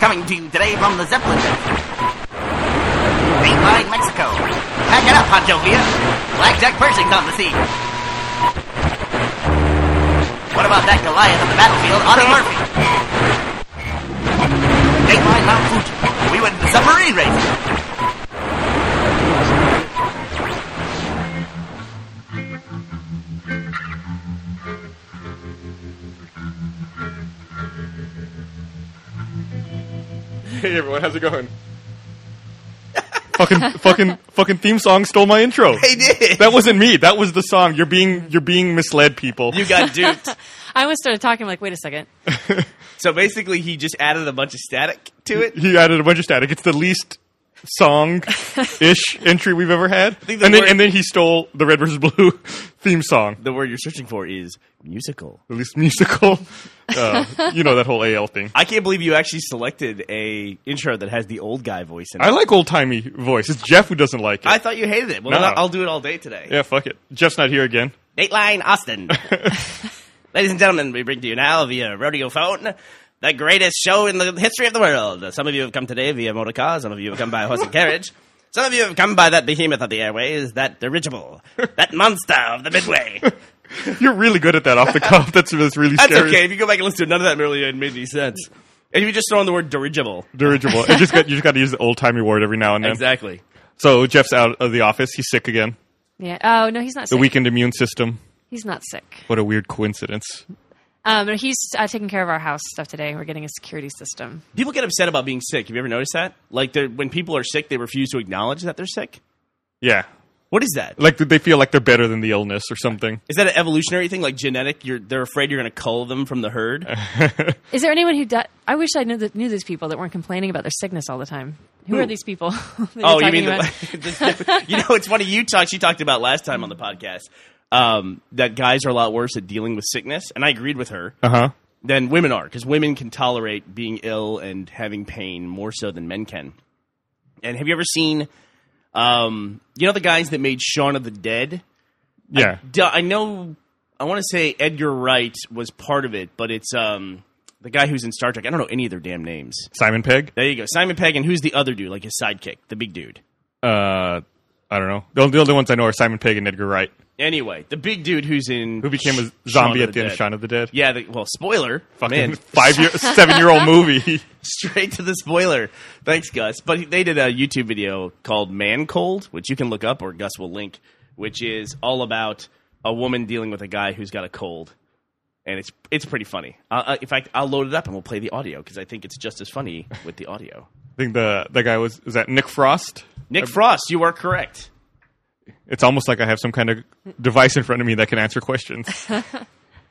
coming to you today from the Zeppelin Big by Mexico. Pack it up, Hot Jovia. Blackjack Pershing's on the scene. What about that Goliath on the battlefield, Otto Murphy? Dateline Mount Fuji. We went to the submarine race. Hey everyone, how's it going? fucking fucking fucking theme song stole my intro. They did. That wasn't me. That was the song. You're being you're being misled, people. You got duped. I almost started talking like, wait a second. so basically, he just added a bunch of static to it. he added a bunch of static. It's the least song ish entry we've ever had. think And the then word- and then he stole the Red versus Blue theme song, The word you're searching for is musical. the least musical. Uh, you know that whole AL thing. I can't believe you actually selected a intro that has the old guy voice in it. I like old timey voice. It's Jeff who doesn't like it. I thought you hated it. Well, No. I'll do it all day today. yeah, fuck it. Jeff's not here again. Dateline Austin. Ladies and gentlemen, we bring to you now via rodeo phone the greatest show in the history of the world. Some of you have come today via motor car, some of you have come by horse and carriage. Some of you have come by that behemoth of the airways, that dirigible, that monster of the midway. You're really good at that off the cuff. That's, that's really That's scary. okay. If you go back and listen to it, none of that really made any sense. If you just throw in the word dirigible. Dirigible. It just got, you just got to use the old timey word every now and then. Exactly. So Jeff's out of the office. He's sick again. Yeah. Oh no, he's not The sick. weakened immune system. He's not sick. What a weird coincidence. Um, but he's uh, taking care of our house stuff today. We're getting a security system. People get upset about being sick. Have you ever noticed that? Like, they're- when people are sick, they refuse to acknowledge that they're sick. Yeah. What is that? Like they feel like they're better than the illness or something. Is that an evolutionary thing, like genetic? You're, they're afraid you're going to cull them from the herd. Is there anyone who? di- I wish I knew that knew these people that weren't complaining about their sickness all the time. Who, are these people? that you're oh, you talking mean about? the, this- you know? It's funny. You talked. She talked about last time on the podcast um, that guys are a lot worse at dealing with sickness, and I agreed with her. Uh huh. Than women are, because women can tolerate being ill and having pain more so than men can. And have you ever seen, um, you know, the guys that made Shaun of the Dead? Yeah. Duh, I know. I want to say Edgar Wright was part of it, but it's um the guy who's in Star Trek. I don't know any of their damn names. Simon Pegg. There you go, Simon Pegg, and who's the other dude, like his sidekick, the big dude. Uh, I don't know. The only, the only ones I know are Simon Pegg and Edgar Wright, Anyway, the big dude who's in who became a Shaun zombie of at the end of Dead. Shaun of the Dead. Yeah, the, well, spoiler. Fucking Man, five year, seven year old movie. straight to the spoiler. Thanks, Gus. But they did a YouTube video called Man Cold, which you can look up, or Gus will link, which is all about a woman dealing with a guy who's got a cold, and it's it's pretty funny. Uh, uh, in fact, I'll load it up and we'll play the audio because I think it's just as funny with the audio. I think the the guy was is that Nick Frost. Nick Frost, you are correct. It's almost like I have some kind of device in front of me that can answer questions.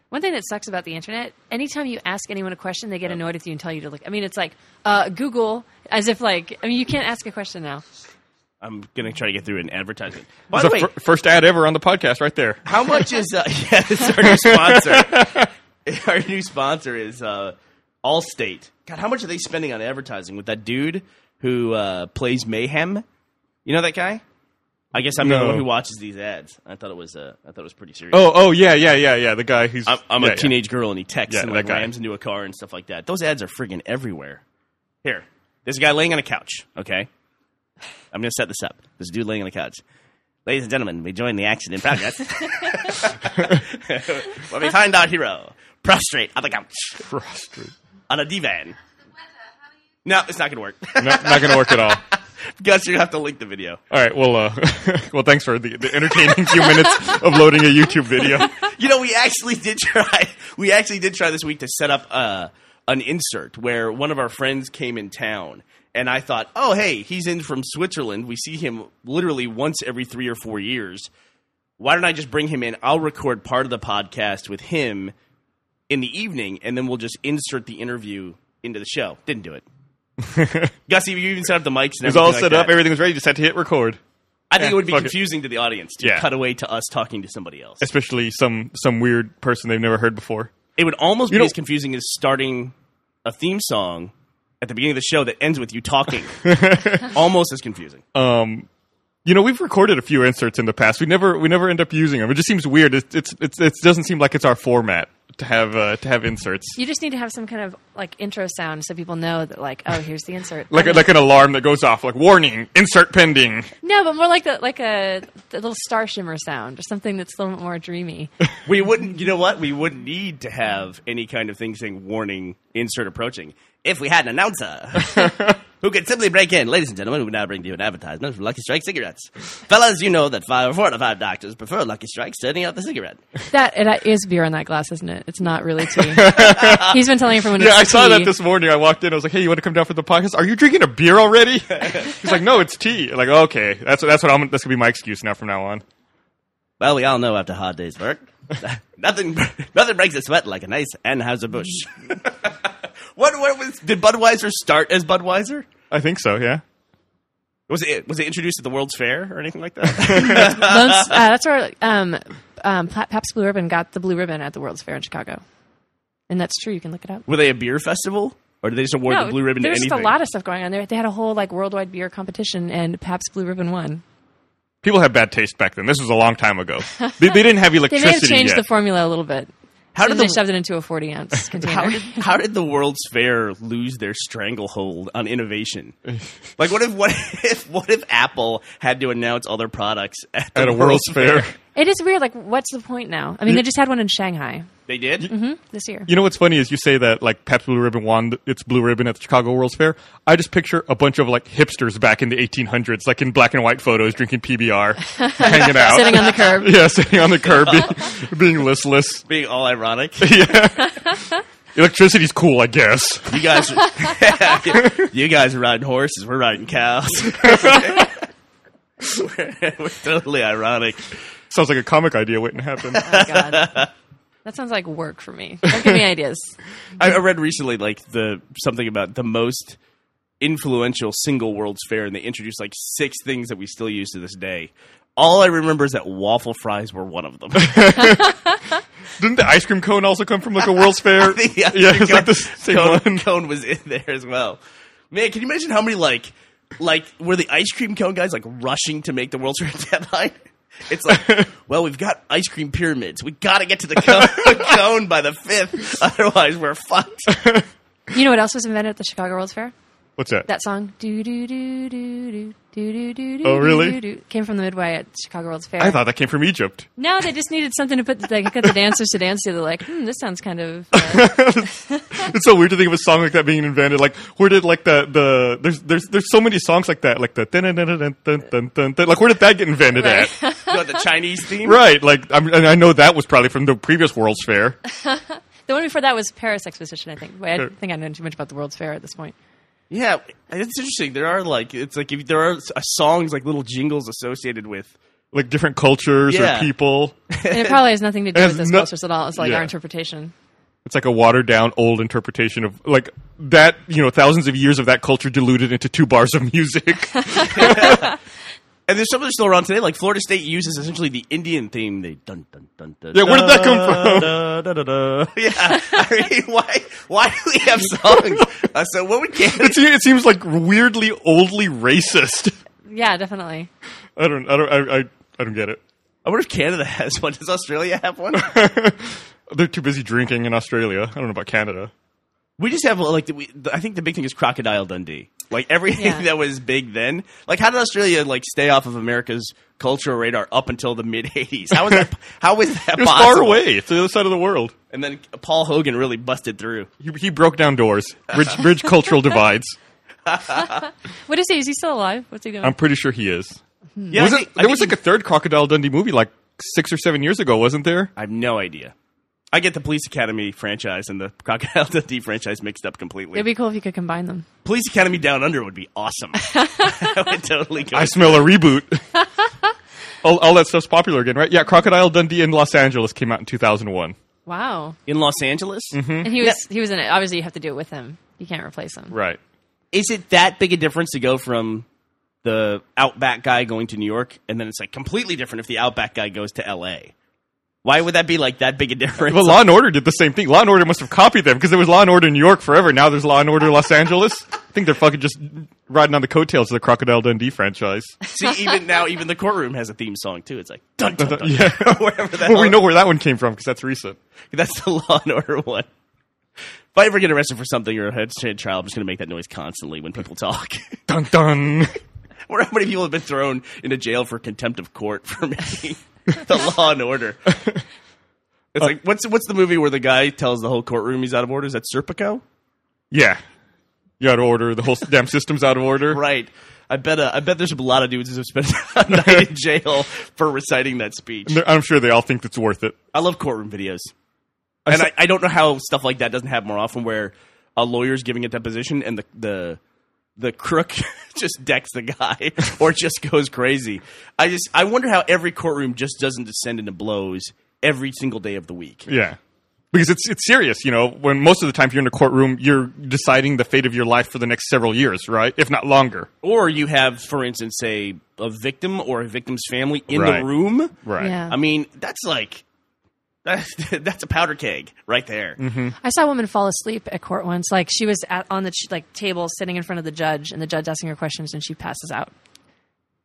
One thing that sucks about the internet, anytime you ask anyone a question, they get annoyed with you and tell you to look. I mean, it's like uh, Google, as if like I mean, you can't ask a question now. I'm gonna try to get through an advertisement. By It's the the way, fir- first ad ever on the podcast, right there. How much is uh, yeah? It's our new sponsor. our new sponsor is uh, Allstate. God, how much are they spending on advertising with that dude who uh, plays Mayhem? You know that guy? I guess I'm the No. one who watches these ads. I thought it was uh, I thought it was pretty serious. Oh, oh yeah, yeah, yeah, yeah. The guy who's I'm, I'm yeah, a teenage girl and he texts Yeah, and like that guy. rams into a car and stuff like that. Those ads are friggin' everywhere. Here, there's a guy laying on a couch. Okay, I'm gonna set this up. There's a dude laying on a couch. Ladies and gentlemen, we join the action in progress. when we find our hero prostrate on the couch Yeah. Frustrated. on a divan. No, it's not gonna work. No, not gonna work at all. Gus, you're gonna have to link the video. All right. Well, uh, well, thanks for the, the entertaining few minutes of loading a YouTube video. You know, we actually did try. We actually did try this week to set up uh, an insert where one of our friends came in town, and I thought, oh hey, he's in from Switzerland. We see him literally once every three or four years. Why don't I just bring him in? I'll record part of the podcast with him in the evening, and then we'll just insert the interview into the show. Didn't do it. Gussie, you even set up the mics. And It was all everything like set up. that. Everything was ready. Just had to hit record. I think eh, it would be fuck it. confusing to the audience to Yeah. cut away to us talking to somebody else. Especially some some weird person they've never heard before. it would almost You be know- as confusing as starting a theme song at the beginning of the show that ends with you talking. almost as confusing. You know, we've recorded a few inserts in the past. We never we never end up using them. It just seems weird. It's it's, it's it doesn't seem like it's our format to have uh, to have inserts. You just need to have some kind of like intro sound so people know that like oh here's the insert. Like a, like an alarm that goes off, like warning, insert pending. no, but more like the like a the little star shimmer sound or something that's a little more dreamy. We wouldn't, you know what? We wouldn't need to have any kind of thing saying warning, insert approaching, if we had an announcer who could simply break in. Ladies and gentlemen, we now bring to you an advertisement for Lucky Strike cigarettes. Fellas, you know that five, four out of five doctors prefer Lucky Strike standing out the cigarette. that and that is beer on that glass, isn't it? It's not really tea. He's been telling everyone. Yeah, it's I saw tea. that this morning. I walked in. I was like, "Hey, you want to come down for the podcast? Are you drinking a beer already?" He's like, "No, it's tea." like, okay, that's that's what I'm. That's gonna be my excuse now from now on. Well, we all know after a hard day's work, nothing, nothing breaks a sweat like a nice Anheuser Busch. what, what was, did Budweiser start as Budweiser? I think so. Yeah. Was it was it introduced at the World's Fair or anything like that? Lone S- uh, that's where um, um, Pa- Pabst Blue Ribbon got the blue ribbon at the World's Fair in Chicago, and that's true. You can look it up. Were they a beer festival, or did they just award the blue ribbon to there was anything? just a lot of stuff going on there. They had a whole like worldwide beer competition, and Pabst Blue Ribbon won. People had bad taste back then. This was a long time ago. They, they didn't have They may have electricity changed yet. the formula a little bit. how Then did they the shoved it into a forty ounce container. how did, how did the World's Fair lose their stranglehold on innovation? like, what if what if what if Apple had to announce all their products at, the at a World's Fair. it is weird. Like, what's the point now? I mean, they just had one in Shanghai They did. this year. You know what's funny is you say that like Pepsi Blue Ribbon won its blue ribbon at the Chicago World's Fair. I just picture a bunch of like hipsters back in the 1800s, like in black and white photos, drinking PBR, hanging out, Sitting on the curb. yeah, sitting on the curb, being, being listless. Being all ironic, Electricity's cool, I guess. you guys, you guys are riding horses. We're riding cows. we're, we're totally ironic. Sounds like a comic idea waiting to happen. Oh my god. That sounds like work for me. Don't give me ideas. I, I read recently like the something about the most influential single World's Fair, and they introduced like six things that we still use to this day. All I remember is that waffle fries were one of them. Didn't the ice cream cone also come from like a World's Fair? The ice yeah, cream it's like the same cone, one. cone was in there as well. Man, can you imagine how many like like were the ice cream cone guys like rushing to make the World's Fair deadline? It's like, well, we've got ice cream pyramids. We got to get to the cone, cone by the fifth, otherwise we're fucked. You know what else was invented at the Chicago World's Fair? What's that? That song, do do do do do do do do. Oh, really? Came from the midway at Chicago World's Fair. I thought that came from Egypt. No, they just needed something to put the, like, got the dancers to dance to. They're like, hmm, this sounds kind of. Uh, It's so weird to think of a song like that being invented. Like, where did like the the there's there's there's so many songs like that. Like the dun dun dun dun dun dun dun dun. like where did that get invented Right. at? You know, the Chinese theme, Right. Like I'm, and I know that was probably from the previous World's Fair. the one before that was Paris Exposition, I think. Wait, I think I know too much about the World's Fair at this point. Yeah, it's interesting. There are like it's like if there are s- uh, songs like little jingles associated with. Like different cultures Yeah. or people. And it probably has nothing to do It with has those no- cultures at all. It's like Yeah. our interpretation. It's like a watered down old interpretation of like that. You know, thousands of years of that culture diluted into two bars of music. And there's some that are still around today. Like Florida State uses essentially the Indian theme. They dun dun dun dun. Yeah, where did that come from? Da, da, da, da. Yeah, I mean, why why do we have songs? Uh, so what would Canada? it, se- it seems like weirdly, oldly racist. Yeah, definitely. I don't. I don't. I. I, I don't get it. I wonder if Canada has one. Does Australia have one? They're too busy drinking in Australia. I don't know about Canada. We just have like the, we, the, I think the big thing is Crocodile Dundee. Like everything Yeah. that was big then. Like how did Australia like stay off of America's cultural radar up until the mid '80s? How was that? How was It that was possible? far away. It's the other side of the world. And then Paul Hogan really busted through. He, he broke down doors, bridge, bridge cultural divides. What is he? Is he still alive? What's he doing? I'm pretty sure he is. Yeah, Was I it- think- I there think was he- like a third Crocodile Dundee movie like six or seven years ago, wasn't there? I have no idea. I get the Police Academy franchise and the Crocodile Dundee franchise mixed up completely. It'd be cool if you could combine them. Police Academy Down Under would be awesome. I would totally go. I smell a reboot. all, all that stuff's popular again, right? Yeah, Crocodile Dundee in Los Angeles came out in 2001. Wow. in Los Angeles. Mm-hmm. And he was he was in it. Obviously, you have to do it with him. You can't replace him. Right. Is it that big a difference to go from the Outback guy going to New York and then it's like completely different if the Outback guy goes to L.A. Why would that be like that big a difference? Well, Law and Order did the same thing. Law and Order must have copied them because there was Law and Order in New York forever. Now there's Law and Order Los Angeles. think they're fucking just riding on the coattails of the Crocodile Dundee franchise. See, even now, even the courtroom has a theme song too. It's like dun dun dun. yeah. Wherever that well, we know where that one came from because that's recent. That's the Law and Order one. If I ever get arrested for something or a head trial, I'm just going to make that noise constantly when people talk. Dun dun. Wonder how many people have been thrown into jail for contempt of court for making the Law and Order. It's like what's what's the movie where the guy tells the whole courtroom he's out of order? Is that Serpico? Yeah. You out of order. The whole damn system's out of order. Right. I bet uh, I bet there's a lot of dudes who have spent a night in jail for reciting that speech. And they're- I'm sure they all think it's worth it. I love courtroom videos. And saw- I, I don't know how stuff like that doesn't happen more often where a lawyer's giving a deposition and the the the crook just decks the guy or just goes crazy. I just I wonder how every courtroom just doesn't descend into blows every single day of the week. Yeah. Because it's it's serious, you know. When most of the time if you're in a courtroom, you're deciding the fate of your life for the next several years, right? If not longer. Or you have, for instance, a a victim or a victim's family in Right. the room. Right. Yeah. I mean, that's like that's, that's a powder keg right there. Mm-hmm. I saw a woman fall asleep at court once. Like she was at, on the ch- like table sitting in front of the judge, and the judge asking her questions, and she passes out.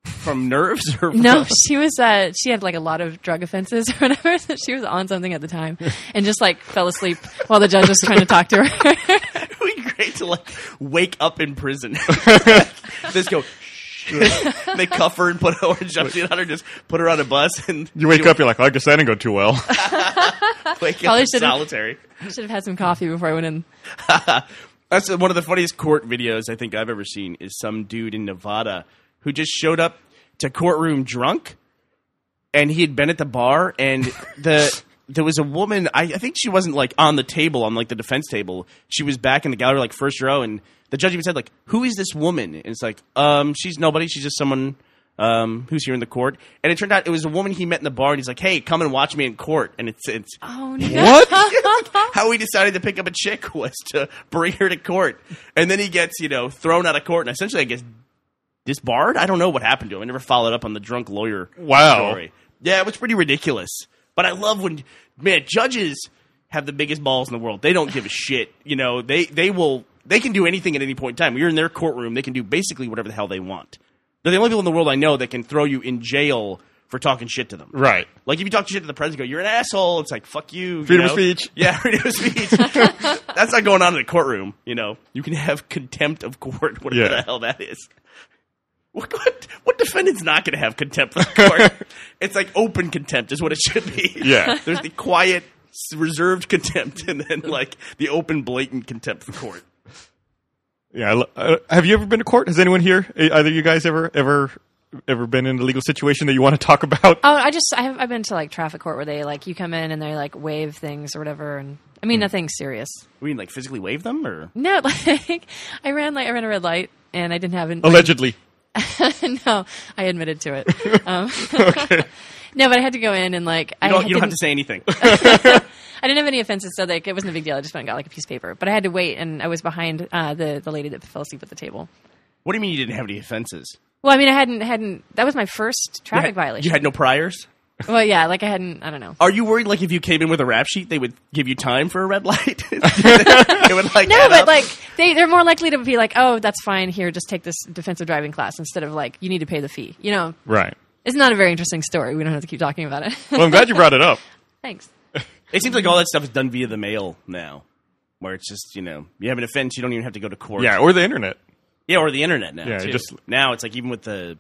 From nerves or No, she was. Uh, she had like a lot of drug offenses or whatever. So she was on something at the time, and just like fell asleep while the judge was trying to talk to her. It would be great to like wake up in prison. just go. "Shh." they cuff her and put her orange jumpsuit on her. Just put her on a bus and You wake up, you're like, "Oh, I guess that didn't go too well. wake up Probably in shouldn't- solitary. Should have had some coffee before I went in. That's one of the funniest court videos I think I've ever seen. Is some dude in Nevada who just showed up to courtroom drunk, and he had been at the bar, and the there was a woman. I, I think she wasn't like on the table on like the defense table. She was back in the gallery, like first row, and the judge even said like, "Who is this woman?" And it's like, "Um, she's nobody. She's just someone." Um, who's here in the court? And it turned out it was a woman he met in the bar, and he's like, "Hey, come and watch me in court." And it's it's Oh no! how he decided to pick up a chick was to bring her to court, and then he gets you know thrown out of court and essentially I guess disbarred. I don't know what happened to him. I never followed up on the drunk lawyer Wow. story. Yeah, it was pretty ridiculous. But I love when man judges have the biggest balls in the world. They don't give a shit. You know they they will they can do anything at any point in time. You're in their courtroom. They can do basically whatever the hell they want. They're the only people in the world I know that can throw you in jail for talking shit to them. right. Like if you talk shit to the president, go, "You're an asshole." It's like, "Fuck you." you Freedom of know? speech. Yeah, freedom of speech. That's not going on in the courtroom. You know, you can have contempt of court, whatever Yeah. the hell that is. What, what, what defendant's not going to have contempt of court? it's like open contempt is what it should be. Yeah. there's the quiet, s- reserved contempt, and then like the open, blatant contempt for court. Yeah. I lo- Uh, have you ever been to court? Has anyone here, e- either you guys, ever ever ever been in a legal situation that you want to talk about? Oh, I just I have I've been to like traffic court where they like you come in and they like wave things or whatever, and I mean nothing serious. I mean, like physically wave them or No, like I ran like I ran a red light and I didn't have Oh. an, Allegedly. no, I admitted to it. Um, no, but I had to go in and like I you don't, had- you don't have to didn't- say anything. I didn't have any offenses, so like it wasn't a big deal. I just went and got like a piece of paper, but I had to wait, and I was behind uh, the the lady that fell asleep at the table. what do you mean you didn't have any offenses? Well, I mean, I hadn't hadn't that was my first traffic You violation. had no Oh, priors. well, yeah, like I hadn't. I don't know. Are you worried, like, if you came in with a rap sheet, they would give you time for a red light? it would, like, No, add but up. like they they're more likely to be like, oh, that's fine. Here, just take this defensive driving class instead of like you need to pay the fee. You know, Right. it's not a very interesting story. We don't have to keep talking about it. Well, I'm glad you brought it up. Thanks. it seems like all that stuff is done via the mail now, where it's just you know you have an offense, you don't even have to go to court. Yeah. Or the internet. yeah, or the internet now. Yeah, too. just- now it's like even with the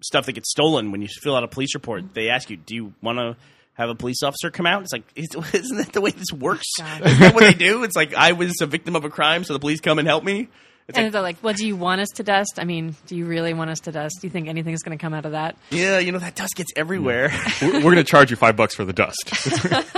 stuff that gets stolen, when you fill out a police report, they ask you, do you want to have a police officer come out? It's like, is- isn't that the way this works? Oh God. Isn't that what they do? It's like I was a victim of a crime, so the police come and help me. It's like, And they're like, well, do you want us to dust? I mean, do you really want us to dust? Do you think anything's going to come out of that? yeah, you know that dust gets everywhere. We're, we're going to charge you five bucks for the dust.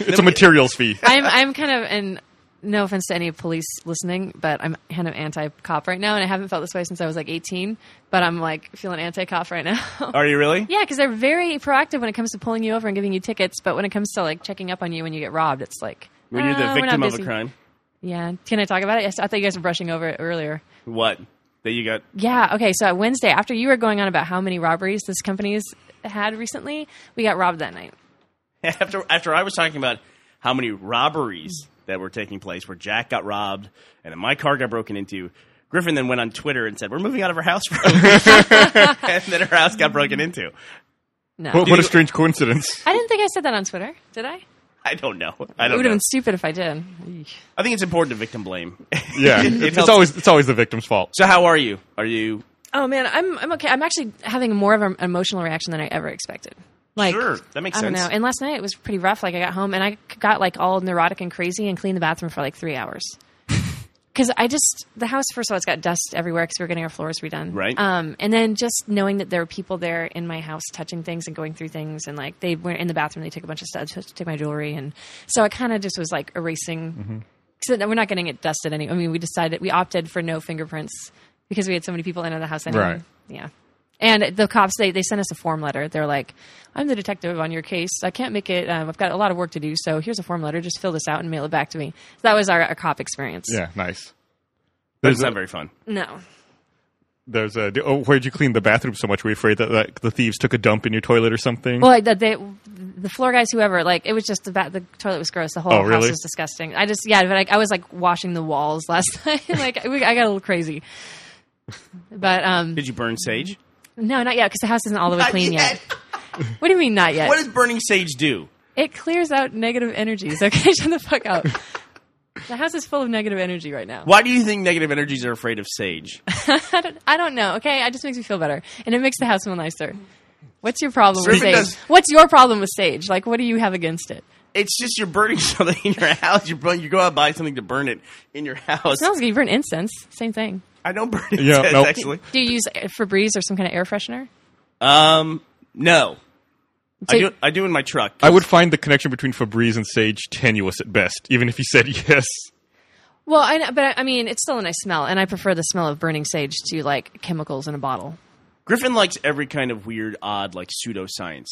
it's a materials fee. I'm I'm kind of and no offense to any police listening, but I'm kind of anti cop right now, and I haven't felt this way since I was like 18. But I'm like feeling anti cop right now. Are you really? yeah, because they're very proactive when it comes to pulling you over and giving you tickets, but when it comes to like checking up on you when you get robbed, it's like When you're "Ah, the we're not victim of a busy." crime. Yeah, can I talk about it? Yes, I thought you guys were brushing over it earlier. What? That you got? Yeah. Okay. So at Wednesday, after you were going on about how many robberies this company's had recently, we got robbed that night. After after I was talking about how many robberies that were taking place where Jack got robbed and then my car got broken into. Griffin then went on Twitter and said, "We're moving out of our house for a week." and then her house got broken into. No. What, what a strange coincidence. I didn't think I said that on Twitter, did I? I don't know. I It don't would have know. been stupid if I did. Eek. I think it's important to victim blame. Yeah, It it's helps. always it's always the victim's fault. so how are you? Are you Oh man, I'm I'm okay. I'm actually having more of an emotional reaction than I ever expected. Like Sure, that makes I don't sense. know. And last night it was pretty rough. Like I got home and I got like all neurotic and crazy and cleaned the bathroom for like three hours. Because I just the house first of all it's got dust everywhere because we were getting our floors redone. Right. Um, and then just knowing that there were people there in my house touching things and going through things and like they went in the bathroom they took a bunch of stuff took took my jewelry and so I kind of just was like erasing Mm-hmm. because we're not getting it dusted any. I mean, we decided we opted for no fingerprints because we had so many people into the house. Anyway. Right. Yeah. And the cops they they sent us a form letter. They're like, "I'm the detective on your case. I can't make it. Um, I've got a lot of work to do. So here's a form letter. Just fill this out and mail it back to me." So that was our, our cop experience. Yeah, nice. That's a- not very fun. No. There's a. Oh, where'd you clean the bathroom so much? Were you afraid that like, the thieves took a dump in your toilet or something? Well, like, that they the floor guys, whoever, like it was just the ba- the toilet was gross. The whole Oh, house really? was disgusting. I just yeah, but I, I was like washing the walls last night. like we, I got a little crazy. But um, Did you burn sage? No, not yet, because the house isn't all the way Not clean yet. yet. What do you mean, not yet? uh, What does burning sage do? it clears out negative energies. Okay, shut the fuck up. The house is full of negative energy right now. Why do you think negative energies are afraid of sage? I, don't, I don't know. Okay, it just makes me feel better, and it makes the house feel nicer. What's your problem with Certainly sage? does. What's your problem with sage? Like, what do you have against it? It's just you're burning something in your house. You burn, you go out and buy something to burn it in your house. Smells good. You burn incense. Same thing. I don't burn it. Yeah, nope. actually. Do you use Febreze or some kind of air freshener? Um, no. I So- do. I do in my truck. I would find the connection between Febreze and Sage tenuous at best, even if he said yes. Well, I know, but I, I mean, it's still a nice smell, and I prefer the smell of burning sage to like chemicals in a bottle. Griffin likes every kind of weird, odd, like pseudoscience.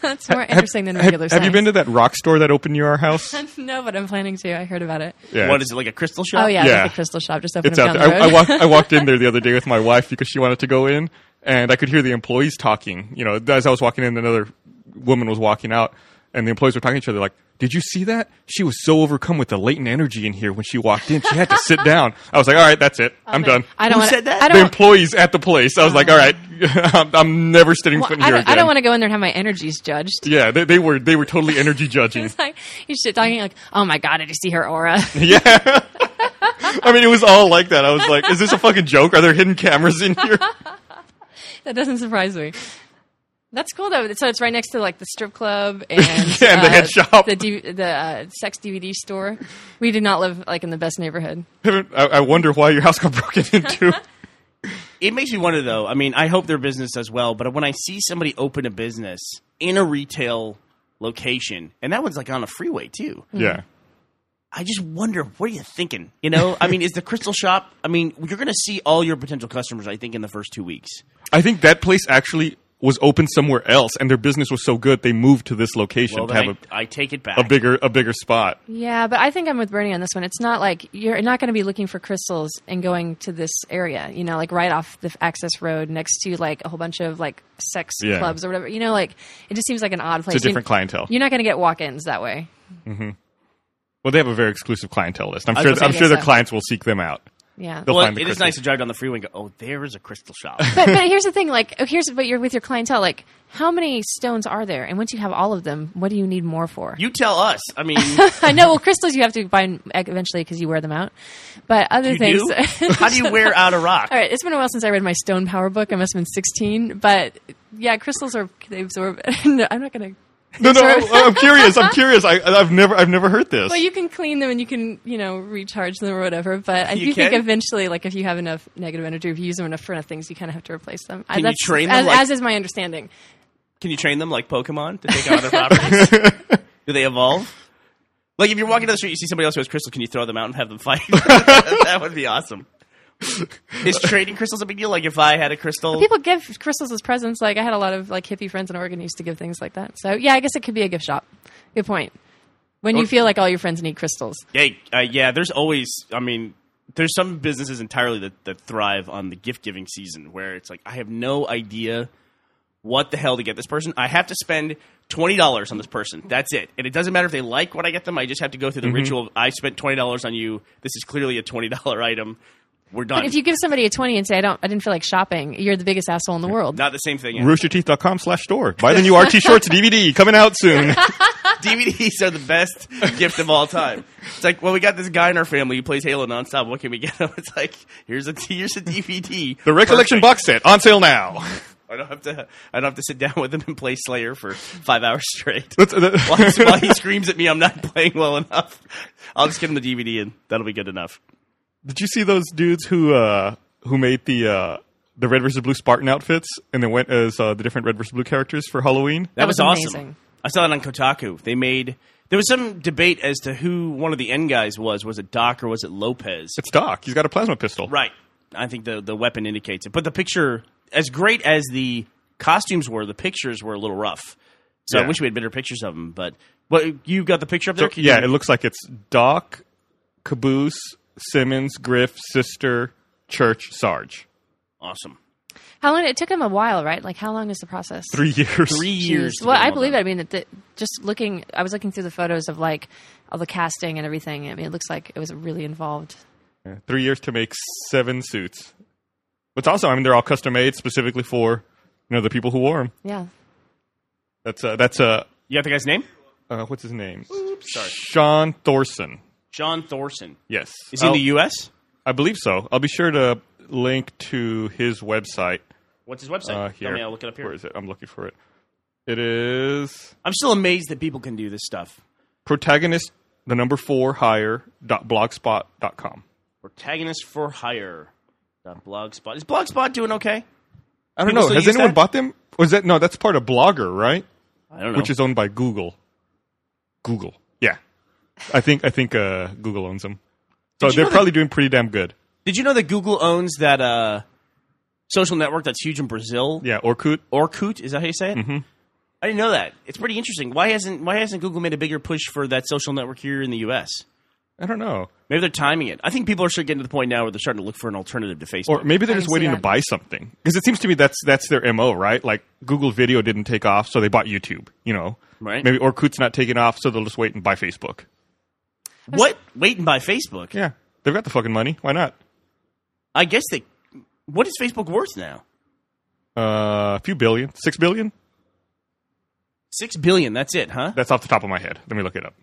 That's more interesting than Have, regular. have you been to that rock store that opened near our house? to? no, but I'm planning to. I heard about it. Yeah. What is it like a crystal shop? Oh yeah, Yeah. like a crystal shop just opened It's up out down there. the road. I, I, walked, I walked in there the other day with my wife because she wanted to go in, and I could hear the employees talking. You know, as I was walking in, another woman was walking out, and the employees were talking to each other like, did you see that? She was so overcome with the latent energy in here when she walked in. She had to sit down. I was like, all right, that's it. I'm done. I don't Who wanna, said that? I the don't. employees at the place. I was like, all right, I'm, I'm never sitting well, foot in I here don't, again. I don't want to go in there and have my energies judged. Yeah, they, they were they were totally energy judging. It's like you shit talking like, oh my god, did you see her aura? yeah. I mean, it was all like that. I was like, is this a fucking joke? Are there hidden cameras in here? that doesn't surprise me. That's cool though. So it's right next to like the strip club and, uh, Yeah, and the head shop. the, D- the uh, sex DVD store. We do not live like in the best neighborhood. I, I wonder why your house got broken into. It makes me wonder though. I mean, I hope their business does well, but when I see somebody open a business in a retail location, and that one's like on a freeway too, yeah. I just wonder what are you thinking? You know, I mean, is the crystal shop? I mean, you're going to see all your potential customers. I think in the first two weeks. I think that place actually was open somewhere else, and their business was so good they moved to this location Well, to then I have I take it back. a, a bigger a bigger spot. Yeah, but I think I'm with Bernie on this one. It's not like you're not going to be looking for crystals and going to this area, you know, like right off the access road next to like a whole bunch of like sex Yeah. clubs or whatever. You know, like it just seems like an odd place. It's a different clientele. You're not going to get walk-ins that way. Well, they have a very exclusive clientele list. I'm I sure. was I'm gonna say sure their so. clients will seek them out. Yeah. They'll well, find the it is crystal. nice to drive down the freeway and go, oh, there is a crystal shop. but, but here's the thing, like oh, here's but you're with your clientele, like how many stones are there? And once you have all of them, what do you need more for? you tell us. I mean, I know. Well, crystals you have to buy e, eventually because you wear them out. But other you things, do. How do you wear out a rock? All right, it's been a while since I read my Stone Power book. I must have been 16, but yeah, crystals are they absorb. no, I'm not gonna. No, no, I'm, I'm curious. I'm curious. I, I've never, I've never heard this. Well, you can clean them and you can you know recharge them or whatever. But I You do think can? eventually, like if you have enough negative energy, if you use them enough for enough things, you kind of have to replace them. I- Can you that's, train them, as, like- as is my understanding. Can you train them like Pokemon to take on other properties? do they evolve? Like if you're walking down the street, you see somebody else who has crystals. Can you throw them out and have them fight? that would be awesome. Is trading crystals a big deal? Like if I had a crystal, People give crystals as presents. Like I had a lot of like hippie friends in Oregon who used to give things like that. So yeah, I guess it could be a gift shop. Good point. When you Or- feel like all your friends need crystals, yeah, uh, yeah. There's always, I mean, there's some businesses entirely that, that thrive on the gift giving season where it's like I have no idea what the hell to get this person. I have to spend twenty dollars on this person. That's it, and it doesn't matter if they like what I get them. I just have to go through the Mm-hmm. ritual. Of, I spent twenty dollars on you. This is clearly a twenty dollar item. We're done. But if you give somebody a twenty and say, "I don't, I didn't feel like shopping," you're the biggest asshole in the world. Not the same thing. yeah. Roosterteeth.com slash store. Buy the new RT Shorts DVD coming out soon. DVDs are the best gift of all time. It's like, well, we got this guy in our family who plays Halo nonstop. What can we get him? It's like, here's a here's a DVD. The Recollection box set on sale now. I don't have to. I don't have to sit down with him and play Slayer for five hours straight. That's- that- while, he's- while he screams at me, I'm not playing well enough. I'll just get him the DVD, and that'll be good enough. Did you see those dudes who uh, who made the uh, the red versus blue Spartan outfits and they went as uh, the different red versus blue characters for Halloween? That, That was, was awesome. amazing. I saw that on Kotaku. They made there was some debate as to who one of the end guys was. Was it Doc or was it Lopez? It's Doc. He's got a plasma pistol. Right. I think the the weapon indicates it. But the picture, as great as the costumes were, the pictures were a little rough. So I Yeah. wish we had better pictures of them. But what you got the picture up So, there? Can you- yeah, it looks like it's Doc, Caboose, Simmons, Griff, Sister, Church, Sarge. awesome. How long? It took him a while, right? Like, how long is the process? Three years. Three Jeez. years. to Well, get I them all believe it. done. I mean, that the, just looking, I was looking through the photos of like all the casting and everything. I mean, it looks like it was really involved. Yeah, Three years to make seven suits. What's awesome, I mean, they're all custom made specifically for you know the people who wore them. Yeah. That's uh, that's uh, You got the guy's name? uh, what's his name? sorry. Sean Thorson. John Thorson. Oh. Yes, Is he in I'll- the U.S.? I believe so. I'll be sure to link to his website What's his website? uh, Tell here. me, I'll look it up here. Where is it? I'm looking for it. It is I'm still amazed that people can do this stuff. protagonist the number four hire dot blogspot dot com. Protagonist for Hire. dot Blogspot. Is Blogspot doing okay? I don't People know. still Has use anyone that? bought them? Or is that no? That's part of Blogger, right? I don't know. Which is owned by Google. Google. Yeah, I think I think uh, Google owns them. So Did you they're know that- probably doing pretty damn good. Did you know that Google owns that uh, social network that's huge in Brazil? Yeah, Orkut. Orkut, is that how you say it? Mm-hmm. I didn't know that. It's pretty interesting. Why hasn't Why hasn't Google made a bigger push for that social network here in the U.S.? I don't know. Maybe they're timing it. I think people are sort of getting to the point now where they're starting to look for an alternative to Facebook. Or maybe they're I just can see waiting to that. buy something because it seems to me that's that's their mo, right? Like Google Video didn't take off, so they bought YouTube. You know, Right. Maybe Orkut's not taking off, so they'll just wait and buy Facebook. what? Wait and buy Facebook? Yeah, they've got the fucking money. Why not? I guess they. What is Facebook worth now? Uh, a few billion, six billion. Six billion. That's it, huh? That's off the top of my head. Let me look it up.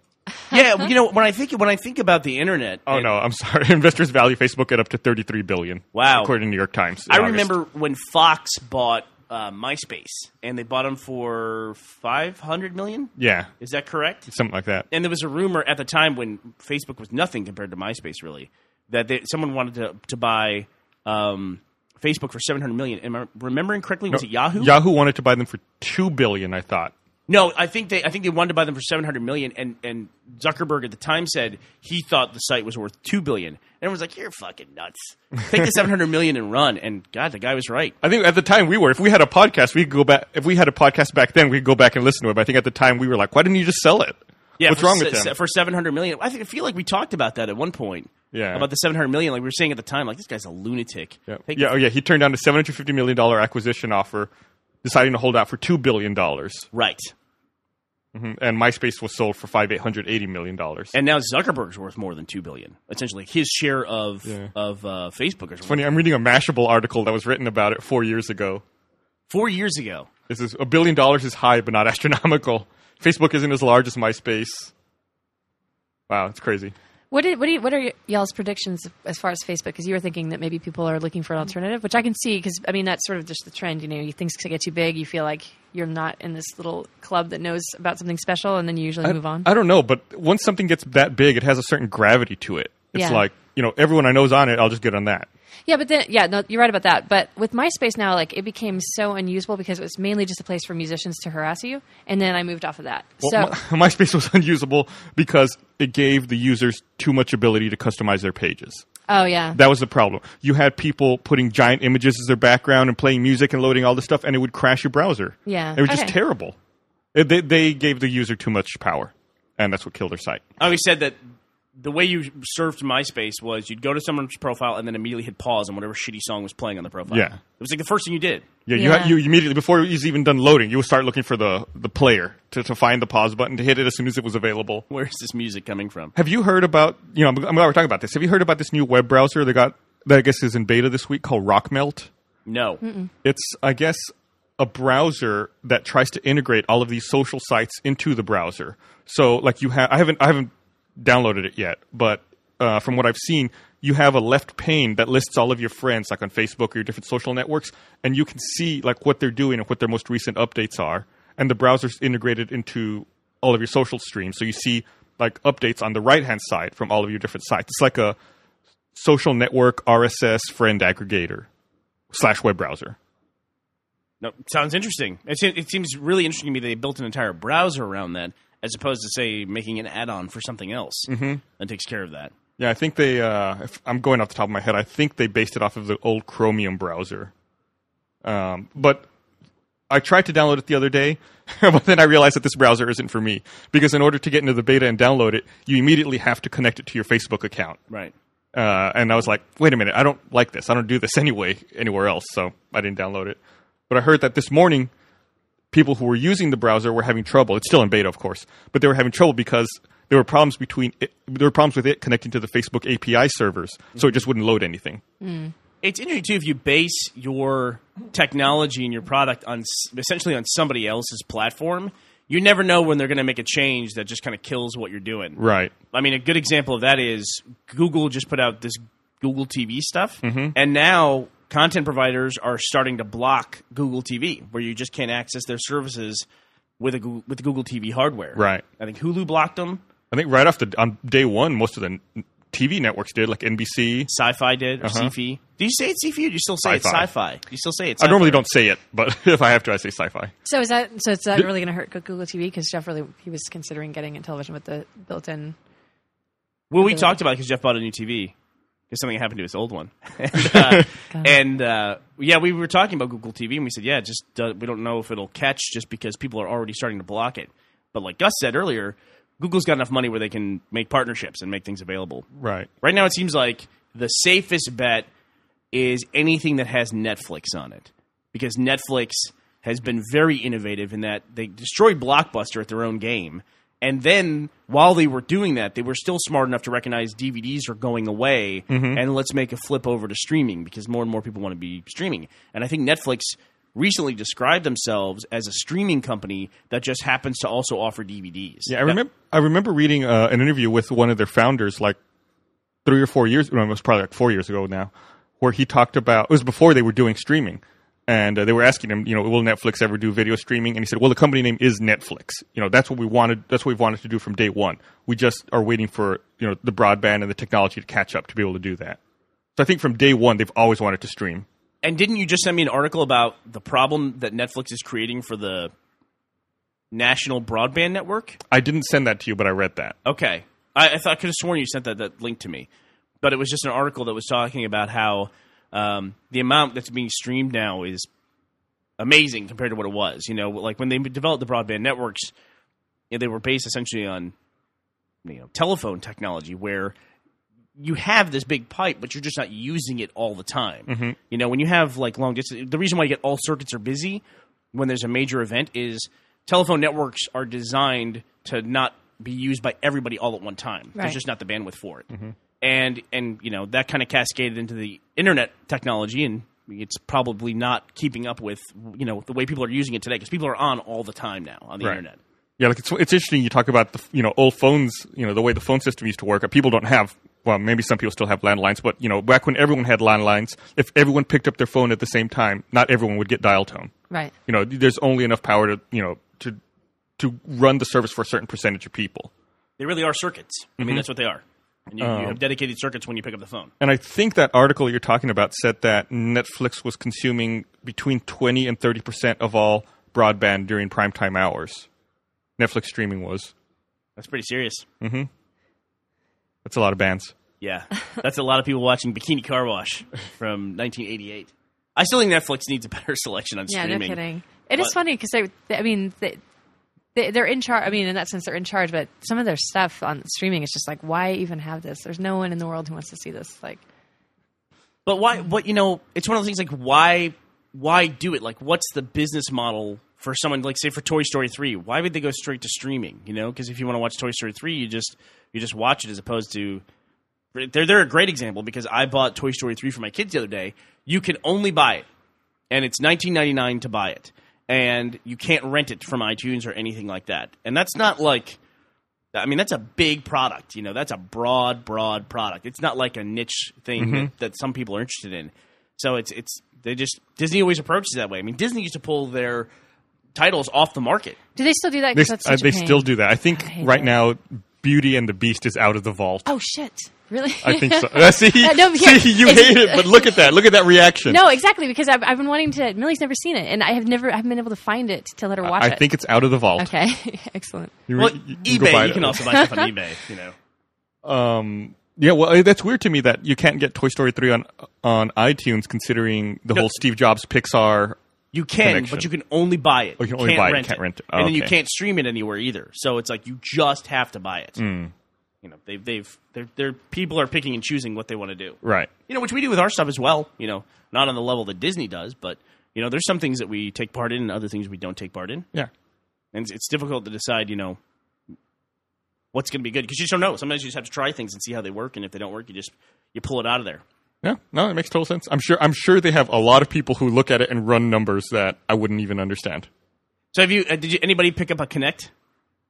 yeah. well, You know when I think when I think about the internet. Oh and- no, I'm sorry. Investors value Facebook at up to 33 billion. Wow. according to New York Times. in I August. remember when Fox bought uh, MySpace, and they bought them for five hundred million. Yeah, Is that correct? something like that. and there was a rumor at the time when Facebook was nothing compared to MySpace, really, that they, someone wanted to to buy um, Facebook for seven hundred million. Am I remembering correctly? Was it Yahoo? Yahoo wanted to buy them for two billion. I thought. No, I think they I think they wanted to buy them for seven hundred million, and and Zuckerberg at the time said he thought the site was worth two billion. And everyone's like, "You're fucking nuts! Take the seven hundred million and run." And God, the guy was right. I think at the time we were. If we had a podcast, we could go back. If we had a podcast back then, we could go back and listen to it. But I think at the time we were like, "Why didn't you just sell it? What's for wrong se- with them?" se- For seven hundred million, I, think, I feel like we talked about that at one point. Yeah. about the seven hundred million. Like we were saying at the time, like this guy's a lunatic. Yeah. Take yeah, oh yeah. He turned down a seven hundred fifty million dollar acquisition offer, deciding to hold out for two billion dollars. right. And MySpace was sold for five eight hundred eighty million dollars. and now Zuckerberg's worth more than two billion. Essentially, his share of of uh, Facebook is worth Funny, I'm reading a Mashable article that was written about it four years ago. four years ago. This is a billion dollars is high, but not astronomical. Facebook isn't as large as MySpace. Wow, it's crazy. What did what do you, what are y- y'all's predictions as far as Facebook? Because you were thinking that maybe people are looking for an alternative, which I can see. Because I mean, that's sort of just the trend. You know, you, things get too big, you feel like you're not in this little club that knows about something special, and then you usually move on. I don't know, but once something gets that big, it has a certain gravity to it. It's Yeah. like you know, everyone I know is on it. I'll just get on that. yeah, but then yeah, no, you're right about that. But with MySpace now, like it became so unusable because it was mainly just a place for musicians to harass you, and then I moved off of that. so Well, my, MySpace was unusable because it gave the users too much ability to customize their pages. oh yeah, That was the problem. You had people putting giant images as their background and playing music and loading all this stuff, and it would crash your browser. Yeah. it was just Okay. terrible. It, they, they gave the user too much power, and that's what killed their site. I always said that the way you surfed MySpace was you'd go to someone's profile and then immediately hit pause on whatever shitty song was playing on the profile. Yeah. it was like the first thing you did. Yeah, you Yeah. ha- you you immediately before it was even done loading, you would start looking for the the player to, to find the pause button to hit it as soon as it was available. Where is this music coming from? Have you heard about you know I'm, I'm glad we're talking about this. Have you heard about this new web browser that got that I guess is in beta this week called Rockmelt? No, It's I guess a browser that tries to integrate all of these social sites into the browser. So like you have I haven't I haven't downloaded it yet, but uh, from what I've seen, you have a left pane that lists all of your friends like on Facebook or your different social networks, and you can see like what they're doing and what their most recent updates are. And the browser's integrated into all of your social streams, so you see like updates on the right hand side from all of your different sites. It's like a social network RSS friend aggregator slash web browser. no, sounds interesting. It, se- it seems really interesting to me. that They built an entire browser around that, as opposed to say making an add-on for something else that takes care of that. Yeah, I think they. Uh, if I'm going off the top of my head. I think they based it off of the old Chromium browser. Um, but I tried to download it the other day, but then I realized that this browser isn't for me because in order to get into the beta and download it, you immediately have to connect it to your Facebook account. Right. Uh, and I was like, wait a minute, I don't like this. I don't do this anyway anywhere else, so I didn't download it. But I heard that this morning, people who were using the browser were having trouble. It's still in beta, of course, but they were having trouble because there were problems between it, there were problems with it connecting to the Facebook API servers, so it just wouldn't load anything. It's interesting too if you base your technology and your product on s- essentially on somebody else's platform. You never know when they're going to make a change that just kind of kills what you're doing. Right. I mean, a good example of that is Google just put out this Google TV stuff, Mm-hmm. and now content providers are starting to block Google TV, where you just can't access their services with a Google, with Google TV hardware. Right. I think Hulu blocked them. I think right off the on day one, most of the n- TV networks did, like NBC. Sci-fi did or sci-fi. Do you say it's sci-fi? Or do you still say Uh-huh. Sci-fi. it's sci-fi? Do you still say it's? I Sci-fi? normally don't say it, but if I have to, I say sci-fi. So is that so? Is that really going to hurt Google TV? Because Jeff really he was considering getting a television with the built-in. Well, we Okay. talked about it because Jeff bought a new TV because something happened to his old one. and uh, and, uh, yeah, we were talking about Google TV and we said, yeah, just uh, we don't know if it'll catch just because people are already starting to block it. But like Gus said earlier, Google's got enough money where they can make partnerships and make things available. Right. Right now, it seems like the safest bet is anything that has Netflix on it because Netflix has been very innovative in that they destroyed Blockbuster at their own game. And then while they were doing that, they were still smart enough to recognize DVDs are going away Mm-hmm. and let's make a flip over to streaming because more and more people want to be streaming. And I think Netflix recently described themselves as a streaming company that just happens to also offer DVDs. Yeah, I remember. I remember reading uh, an interview with one of their founders, like three or four years. No, it was probably like four years ago now, where he talked about it was before they were doing streaming, and uh, they were asking him, you know, will Netflix ever do video streaming? And he said, well, the company name is Netflix. You know, that's what we wanted. That's what we've wanted to do from day one. We just are waiting for you know the broadband and the technology to catch up to be able to do that. So I think from day one they've always wanted to stream. And didn't you just send me an article about the problem that Netflix is creating for the national broadband network? I didn't send that to you, but I read that. Okay, I, I, thought, I could have sworn you sent that, that link to me, but it was just an article that was talking about how um, the amount that's being streamed now is amazing compared to what it was. You know, like when they developed the broadband networks, you know, they were based essentially on you know telephone technology where you have this big pipe, but you're just not using it all the time. You know, when you have like long distance, the reason why you get all circuits are busy when there's a major event is telephone networks are designed to not be used by everybody all at one time. Right. There's just not the bandwidth for it. And and you know that kind of cascaded into the internet technology, and it's probably not keeping up with you know the way people are using it today because people are on all the time now on the Right. internet. Yeah, like it's it's interesting. You talk about the you know old phones, you know the way the phone system used to work. People don't have well, maybe some people still have landlines, but you know back when everyone had landlines, if everyone picked up their phone at the same time, not everyone would get dial tone. Right. You know, there's only enough power to you know to to run the service for a certain percentage of people. They really are circuits. I mean, that's what they are. And you, you have dedicated circuits when you pick up the phone. And I think that article you're talking about said that Netflix was consuming between 20 and 30 percent of all broadband during primetime hours. Netflix streaming was. That's pretty serious. That's a lot of bands. Yeah, that's a lot of people watching Bikini Car Wash from 1988. I still think Netflix needs a better selection on Yeah, streaming. no kidding. It is But- funny because I mean, they, they, they're in charge. I mean, in that sense, they're in charge. But some of their stuff on streaming is just like, why even have this? There's no one in the world who wants to see this. Like, But why? But you know, it's one of those things like why? Why do it? Like, what's the business model for someone like say for Toy Story three? Why would they go straight to streaming? You know, because if you want to watch Toy Story three, you just you just watch it as opposed to they're they're a great example because I bought Toy Story three for my kids the other day. You can only buy it, and it's nineteen ninety nine to buy it, and you can't rent it from iTunes or anything like that. And that's not like I mean, that's a big product. You know, that's a broad, broad product. It's not like a niche thing Mm-hmm. that, that some people are interested in. So it's it's they just Disney always approaches it that way. I mean, Disney used to pull their titles off the market. do they still do that? They, 'Cause that's uh, such a they pain. still do that. I think I hate right that. now, Beauty and the Beast is out of the vault. Oh shit! Really? I think so. Uh, see, Uh, no, here. see, you Is hate it- it, but look at that. Look at that reaction. No, exactly because I've, I've been wanting to. Millie's never seen it, and I have never. I haven't been able to find it to let her watch I it. think it's out of the vault. Okay, excellent. You, Well, you- you go buy eBay, it. you can also buy stuff on eBay. You know, Um, yeah, well, uh, that's weird to me that you can't get Toy Story three on on iTunes, considering the No. whole Steve Jobs Pixar. you can, Connection. but you can only buy it. Oh, you can only buy it, can't rent it. Oh, and then you okay. can't stream it anywhere either. So it's like you just have to buy it. Mm. You know, they've they've they're, they're people are picking and choosing what they want to do. Right. you know, which we do with our stuff as well. You know, not on the level that Disney does, but you know, there's some things that we take part in and other things we don't take part in, Yeah. and it's, it's difficult to decide. You know, what's going to be good because you just don't know. Sometimes you just have to try things and see how they work, and if they don't work, you just you pull it out of there. Yeah. No, it makes total sense. I'm sure. I'm sure they have a lot of people who look at it and run numbers that I wouldn't even understand. So, have you? Uh, did you, anybody pick up a Connect?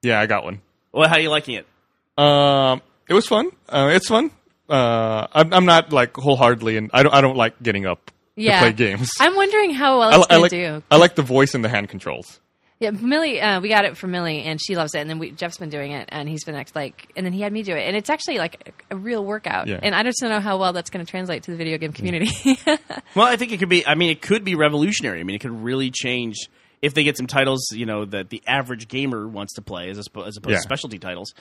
Yeah, I got one. Well, how are you liking it? Um, it was fun. Uh, it's fun. Uh, I'm, I'm not like wholeheartedly, and I don't. I don't like getting up Yeah, to play games. I'm wondering how well I, it's I gonna like. do. I like the voice and the hand controls. Yeah, Millie, uh, we got it from Millie, and she loves it. And then we, Jeff's been doing it, and he's been act like, and then he had me do it, and it's actually like a, a real workout. Yeah. And I just don't know how well that's going to translate to the video game community. Well, I think it could be. I mean, it could be revolutionary. I mean, it could really change if they get some titles. You know, that the average gamer wants to play as opposed, as opposed Yeah. to specialty titles.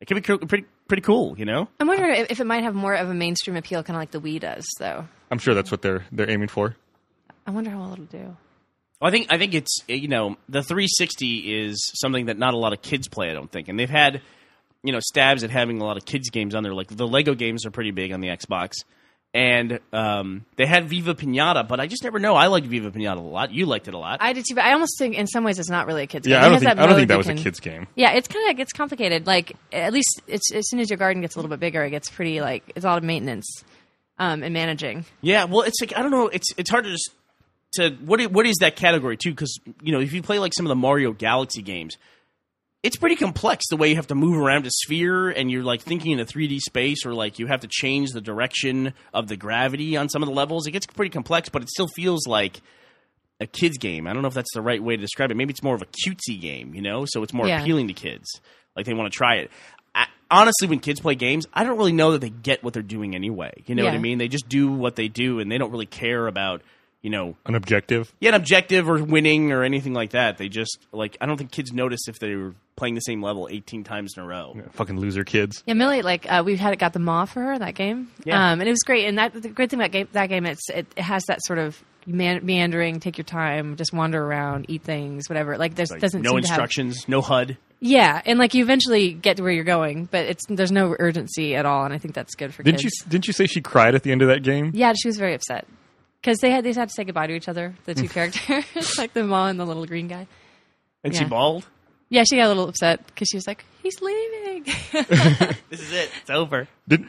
It could be co- pretty pretty cool. You know. I'm wondering if, if it might have more of a mainstream appeal, kind of like the Wii does, though. I'm sure that's what they're they're aiming for. I wonder how well it'll do. Well, I think I think it's you know the 360 is something that not a lot of kids play. I don't think, and they've had you know stabs at having a lot of kids games on there. Like the Lego games are pretty big on the Xbox, and um, they had Viva Pinata, but I just never know. I liked Viva Pinata a lot. You liked it a lot. I did too, but I almost think in some ways it's not really a kids game. Yeah, I It don't has think. I that don't mode think that you was a can- kids game. Yeah, it's kind of gets complicated. Like at least it's as soon as your garden gets a little bit bigger, it gets pretty like it's a lot of maintenance um, and managing. yeah, well, it's like I don't know. It's it's hard to just to what i- what is that category too? Because you know if you play like some of the Mario Galaxy games. It's pretty complex the way you have to move around a sphere and you're like thinking in a 3D space or like you have to change the direction of the gravity on some of the levels. It gets pretty complex, but it still feels like a kid's game. I don't know if that's the right way to describe it. Maybe it's more of a cutesy game, you know? So it's more Yeah. appealing to kids. Like they want to try it. I, honestly, when kids play games, I don't really know that they get what they're doing anyway. You know what I Yeah. mean? They just do what they do and they don't really care about, you know, An objective. yeah, an objective or winning or anything like that. They just like I don't think kids notice if they were playing the same level eighteen times in a row. Fucking loser kids. Yeah, Millie, like uh, we had it got the maw for her that game, Yeah. um, and it was great. And that the great thing about game, that game, it's it, it has that sort of man, meandering, take your time, just wander around, eat things, whatever. Like there's Like, doesn't no seem instructions, no HUD. To have, yeah, and like you eventually get to where you're going, but it's there's no urgency at all, and I think that's good for Didn't kids. you Didn't you say she cried at the end of that game? Yeah, she was very upset because they had they had to say goodbye to each other, the two characters, like the maw and the little green guy. And Yeah. she bawled. Yeah, she got a little upset because she was like, "He's leaving." This is it. It's over. Did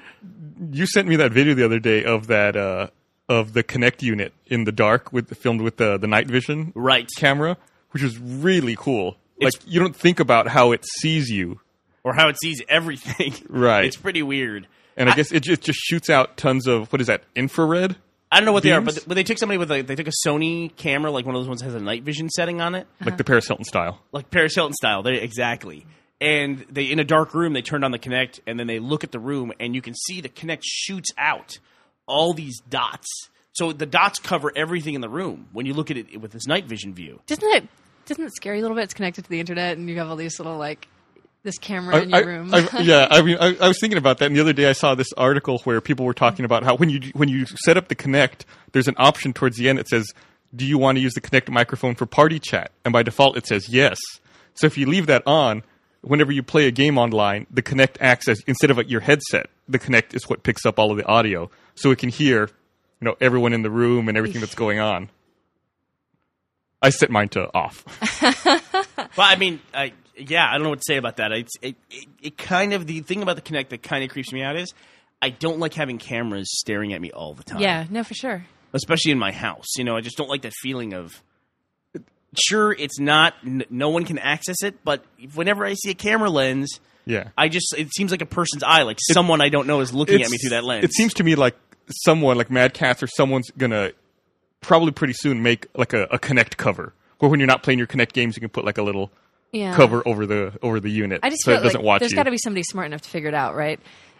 you sent me that video the other day of that uh, of the Connect unit in the dark with filmed with the the night vision Right. camera, which was really cool. It's- like you don't think about how it sees you, Or how it sees everything. Right. It's pretty weird. and I, guess it just, just shoots out tons of what is that infrared? I don't know what they are, but Beams? th- but they took somebody with a they took a Sony camera, like one of those ones that has a night vision setting on it, Like the Paris Hilton style. like Paris Hilton style. They exactly. And they in a dark room, they turned on the Kinect, and then they look at the room, and you can see the Kinect shoots out all these dots. So the dots cover everything in the room when you look at it with this night vision view. doesn't it doesn't it scare you a little bit? It's connected to the internet, and you have all these little like this camera in your I- room. I- yeah, I mean, I, I was thinking about that, and the other day I saw this article where people were talking about how when you when you set up the Connect, there's an option towards the end that says, "Do you want to use the Connect microphone for party chat?" And by default, it says yes. So if you leave that on, whenever you play a game online, the Kinect acts as instead of like, your headset, the Kinect is what picks up all of the audio, so it can hear, you know, everyone in the room and everything that's going on. I set mine to off. Well, I mean, I, yeah, I don't know what to say about that. It's, it, it, it kind of the thing about the Kinect that kind of creeps me out is I don't like having cameras staring at me all the time. Yeah, no, for sure. especially in my house. You know, I just don't like that feeling of. Sure, it's not. N- no one can access it, but whenever I see a camera lens, Yeah. I just it seems like a person's eye, like someone I don't know is looking at It's- me E through that lens. It seems to me like someone, like Mad Cats or someone's gonna probably pretty soon make like a, a Connect cover, where when you're not playing your Connect games, you can put like a little Yeah. cover over the over the unit, I just so feel it doesn't like watch there's you. got to be somebody smart enough to figure it out, right?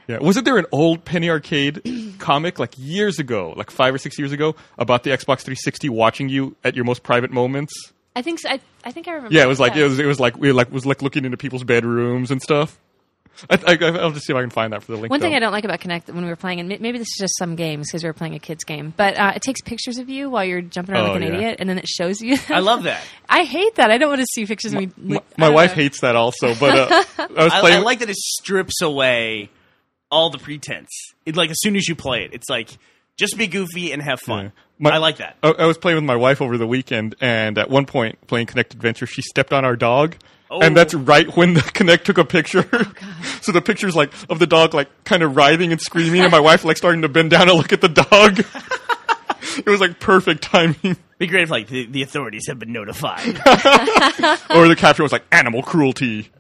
Yeah. Wasn't there an old Penny Arcade comic like years ago, like five or six years ago, about the Xbox 360 watching you at your most private moments? I think so. I, I think I remember. Yeah, it was like it was, it was like we were like was like looking into people's bedrooms and stuff. I, I, I'll just see if I can find that for the link. One thing though. I don't like about Connect when we were playing, and ma- maybe this is just some games because we were playing a kids game, but uh, it takes pictures of you while you're jumping around Oh, like an yeah. idiot, and then it shows you. I love that. I hate that. I don't want to see pictures of me. M- my wife hates that also, but uh, I was I, playing. I like that it strips away all the pretense. It like as soon as you play it, it's like just be goofy and have fun. Yeah. My- I like that. I, I was playing with my wife over the weekend, and at one point playing Connect Adventure, she stepped on our dog, and that's right when the Connect took a picture. so the picture's like of the dog, like kind of writhing and screaming, and my wife like starting to bend down and look at the dog. it was like perfect timing. Be great if like the, the authorities have been notified. or the caption was like animal cruelty,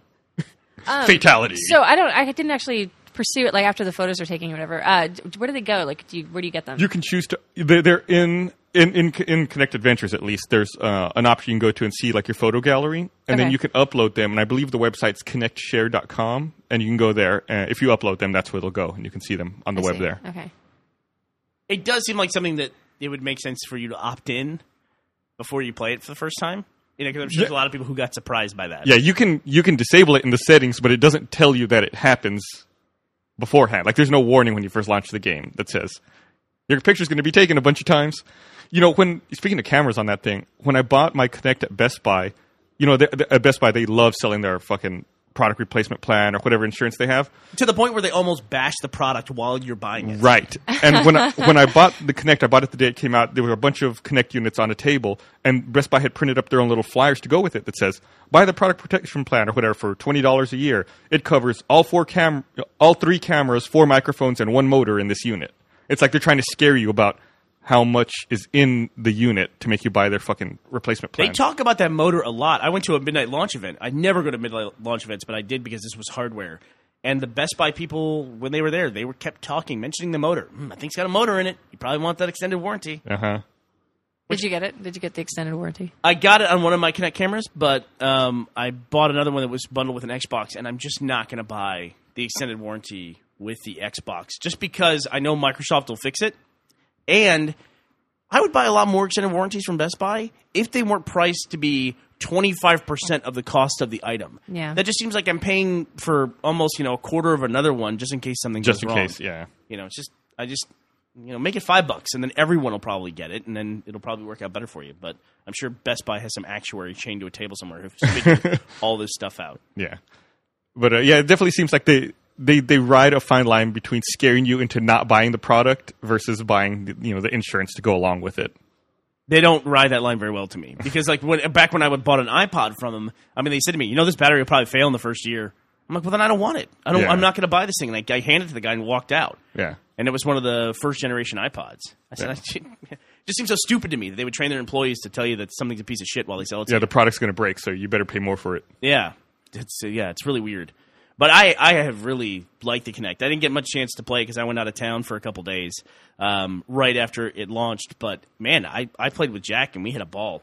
fatality. So I don't. I didn't actually pursue it. Like after the photos were taken or whatever. Uh, d- where do they go? Like, do you, where do you get them? you can choose to they're, they're in in in in Connect Adventures at least. There's uh, an option you can go to and see like your photo gallery, and Okay. then you can upload them. And I believe the website's connectshare.com, and you can go there. Uh, if you upload them, that's where they'll go, and you can see them on the I web see. there. Okay. it does seem like something that it would make sense for you to opt in before you play it for the first time. You know, because I'm sure there's a lot of people who got surprised by that. Yeah, you can you can disable it in the settings, but it doesn't tell you that it happens beforehand. Like there's no warning when you first launch the game that says your picture's going to be taken a bunch of times. You know, when speaking of cameras on that thing, when I bought my Kinect at Best Buy, you know, th- th- at Best Buy they love selling their fucking product replacement plan or whatever insurance they have. To the point where they almost bash the product while you're buying it. Right. And when I, when I bought the Connect, I bought it the day it came out. There were a bunch of Connect units on a table, and Best Buy had printed up their own little flyers to go with it that says, "Buy the product protection plan or whatever for twenty dollars a year. It covers all four cam, all three cameras, four microphones, and one motor in this unit." It's like they're trying to scare you about how much is in the unit to make you buy their fucking replacement They plan. talk about that motor a lot. I went to a midnight launch event. I never go to midnight launch events, but I did because this was hardware. And the Best Buy people, when they were there, they were kept talking, mentioning the motor. Hmm, I think it's got a motor in it. You probably want that extended warranty. uh huh. Did you get it? Did you get the extended warranty? I got it on one of my Kinect cameras, but um, I bought another one that was bundled with an Xbox, and I'm just not going to buy the extended warranty with the Xbox just because I know Microsoft will fix it. And I would buy a lot more extended warranties from Best Buy if they weren't priced to be 25% of the cost of the item. Yeah. That just seems like I'm paying for almost, you know, a quarter of another one just in case something Just in goes wrong. case, yeah. You know, it's just I just you know make it five bucks, and then everyone will probably get it, and then it'll probably work out better for you. But I'm sure Best Buy has some actuary chained to a table somewhere who's figured all this stuff out. Yeah, but uh, yeah, it definitely seems like they they they ride a fine line between scaring you into not buying the product versus buying the, you know the insurance to go along with it. They don't ride that line very well to me because like when back when I would bought an iPod from them, I mean they said to me, you know, this battery will probably fail in the first year. I'm like, well then I don't want it. I don't. Yeah. I'm not going to buy this thing. And I, I handed it to the guy and walked out. Yeah, And it was one of the first generation iPods. I said, it just seems so stupid to me that they would train their employees to tell you that something's a piece of shit while they sell it to yeah, you. the product's going to break, so you better pay more for it. Yeah, it's uh, yeah, it's really weird. But I, I have really liked the Connect. I didn't get much chance to play because I went out of town for a couple days um, right after it launched. But man, I, I played with Jack and we had a ball,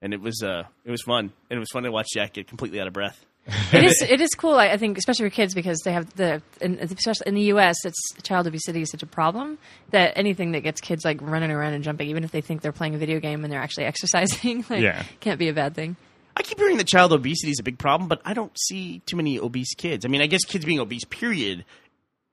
and it was uh it was fun. And it was fun to watch Jack get completely out of breath. it is. It is cool. I, I think, especially for kids, because they have the, in, especially in the U.S., it's child obesity is such a problem that anything that gets kids like running around and jumping, even if they think they're playing a video game and they're actually exercising, like, Yeah. can't be a bad thing. I keep hearing that child obesity is a big problem, but I don't see too many obese kids. I mean, I guess kids being obese, period,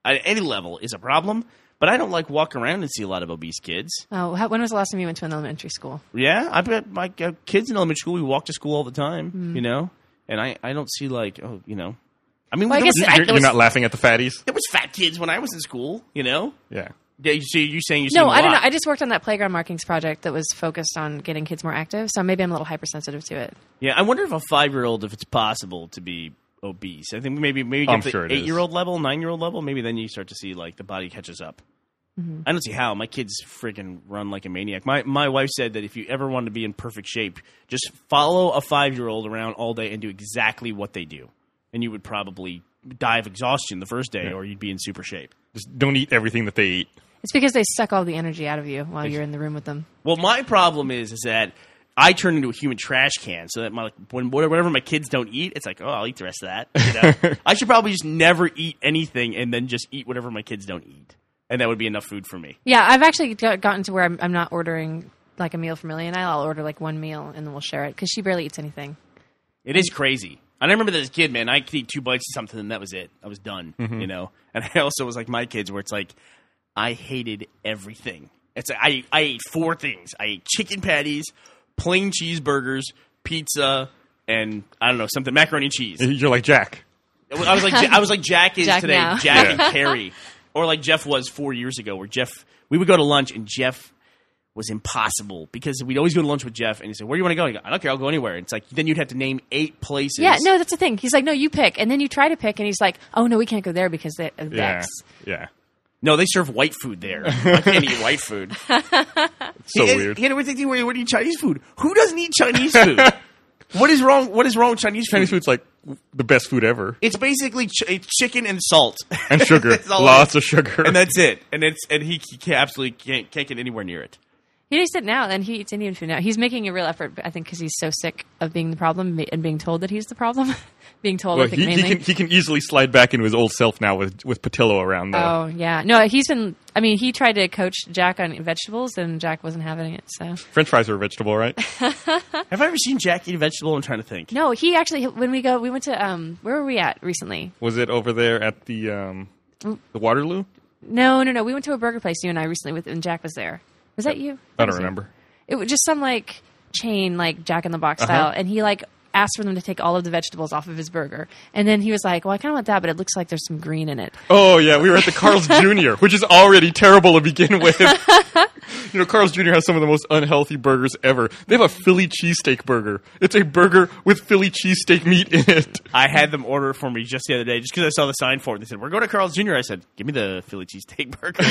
at any level, is a problem. But I don't like walking around and see a lot of obese kids. Oh, how, when was the last time you went to an elementary school? Mm. Yeah, I bet my uh, kids in elementary school we walk to school all the time. You know, and I, I don't see like oh you know, I mean Well, I there, guess was, I- You're, there you're was- not laughing at the fatties. there was fat kids when I was in school, you know. Yeah. Yeah, you see, you saying you see No, them a I don't know. lot. I just worked on that playground markings project that was focused on getting kids more active, so maybe I'm a little hypersensitive to it. yeah, I wonder if a five year old if it's possible to be obese. I think maybe maybe I'm get sure it the is. eight year old level, nine year old level. Maybe then you start to see like the body catches up. I don't see how my kids freaking run like a maniac. My my wife said that if you ever want to be in perfect shape, just follow a five year old around all day and do exactly what they do, and you would probably die of exhaustion the first day, or you'd be in super shape. Just don't eat everything that they eat. It's because they suck all the energy out of you while you're in the room with them. Well, my problem is is that I turn into a human trash can, so that my when whatever my kids don't eat, it's like, oh, I'll eat the rest of that. You know? I should probably just never eat anything and then just eat whatever my kids don't eat, and that would be enough food for me. Yeah, I've actually got, gotten to where I'm, I'm not ordering like a meal for Millie and I. I'll order like one meal and then we'll share it because she barely eats anything. It is crazy. And I remember that as a kid, man, I could eat two bites of something and that was it. I was done, you know. And I also was like my kids, where it's like I hated everything. It's like, I I ate four things. I ate chicken patties, plain cheeseburgers, pizza, and I don't know something macaroni and cheese. You're like Jack. I was like I was like Jack is Jack today, now. Jack Yeah. and Carrie, or like Jeff was four years ago, where Jeff we would go to lunch and Jeff was impossible because we'd always go to lunch with Jeff and he said, "Where do you want to go?" And he'd go, "I don't care, I'll go anywhere." And it's like then you'd have to name eight places. Yeah, no, that's the thing. He's like, no, you pick, and then you try to pick, and he's like, oh no, we can't go there because they, of Yeah. X. Yeah. no, they serve white food there. I can't eat white food. It's so He- he- weird. He had a weird thing where he would eat Chinese food. Who doesn't eat Chinese food? what is wrong? What is wrong with Chinese food? Chinese food's like the best food ever, It's basically ch- it's chicken and salt. and sugar, That's all it lots is. of sugar. and that's it. And it's and he, he can't, absolutely can't can't get anywhere near it. He eats it now, and he eats Indian food now. He's making a real effort, I think, because he's so sick of being the problem and being told that he's the problem, being told. well, I think he, he mainly. can he can easily slide back into his old self now with with Patillo around though. Oh yeah, no, he's been. I mean, he tried to coach Jack on vegetables, and Jack wasn't having it. So French fries are a vegetable, right? Have I ever seen Jack eat a vegetable? I'm trying to think. no, he actually when we go, we went to um, where were we at recently? Was it over there at the um, the Waterloo? No, no, no, we went to a burger place. You and I recently with, and Jack was there. Was that you? I That was don't you. remember. It was just some like chain, like Jack in the Box Uh-huh. style, and he like asked for them to take all of the vegetables off of his burger, and then he was like, "Well, I kind of want that, but it looks like there's some green in it." Oh yeah, we were at the Carl's Jr., which is already terrible to begin with. you know, Carl's Jr. has some of the most unhealthy burgers ever. They have a Philly cheesesteak burger. It's a burger with Philly cheesesteak meat in it. I had them order it for me just the other day, just because I saw the sign for it. They said, "We're going to Carl's Jr." I said, "Give me the Philly cheesesteak burger.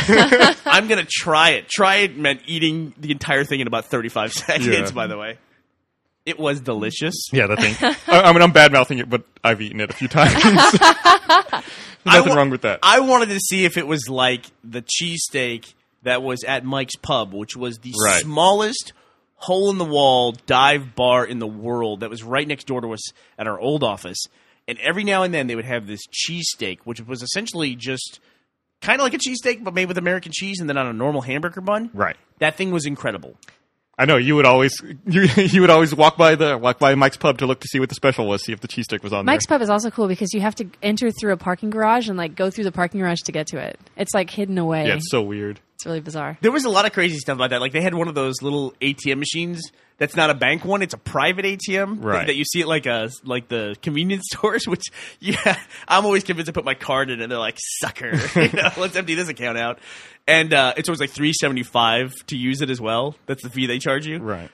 I'm gonna try it." Try it meant eating the entire thing in about 35 seconds. Yeah. By the way, it was delicious. Yeah, that thing. I, I mean, I'm bad mouthing it, but I've eaten it a few times. I Nothing wa- wrong with that. I wanted to see if it was like the cheesesteak that was at Mike's Pub, which was the Right. smallest hole in the wall dive bar in the world that was right next door to us at our old office. And every now and then they would have this cheesesteak, which was essentially just kind of like a cheesesteak, but made with American cheese and then on a normal hamburger bun. Right. That thing was incredible. I know you would always you you would always walk by the walk by Mike's pub to look to see what the special was, see if the cheesesteak was on Mike's there. Pub is also cool because you have to enter through a parking garage and like go through the parking garage to get to it. It's like hidden away. Yeah, it's so weird. It's really bizarre. There was a lot of crazy stuff about that. Like they had one of those little ATM machines that's not a bank one; it's a private ATM Right. that, you see at like a like the convenience stores. Which yeah, I'm always convinced I put my card in, and they're like, "Sucker, you know, let's empty this account out." And uh, it's always like three seventy five to use it as well. That's the fee they charge you. Right.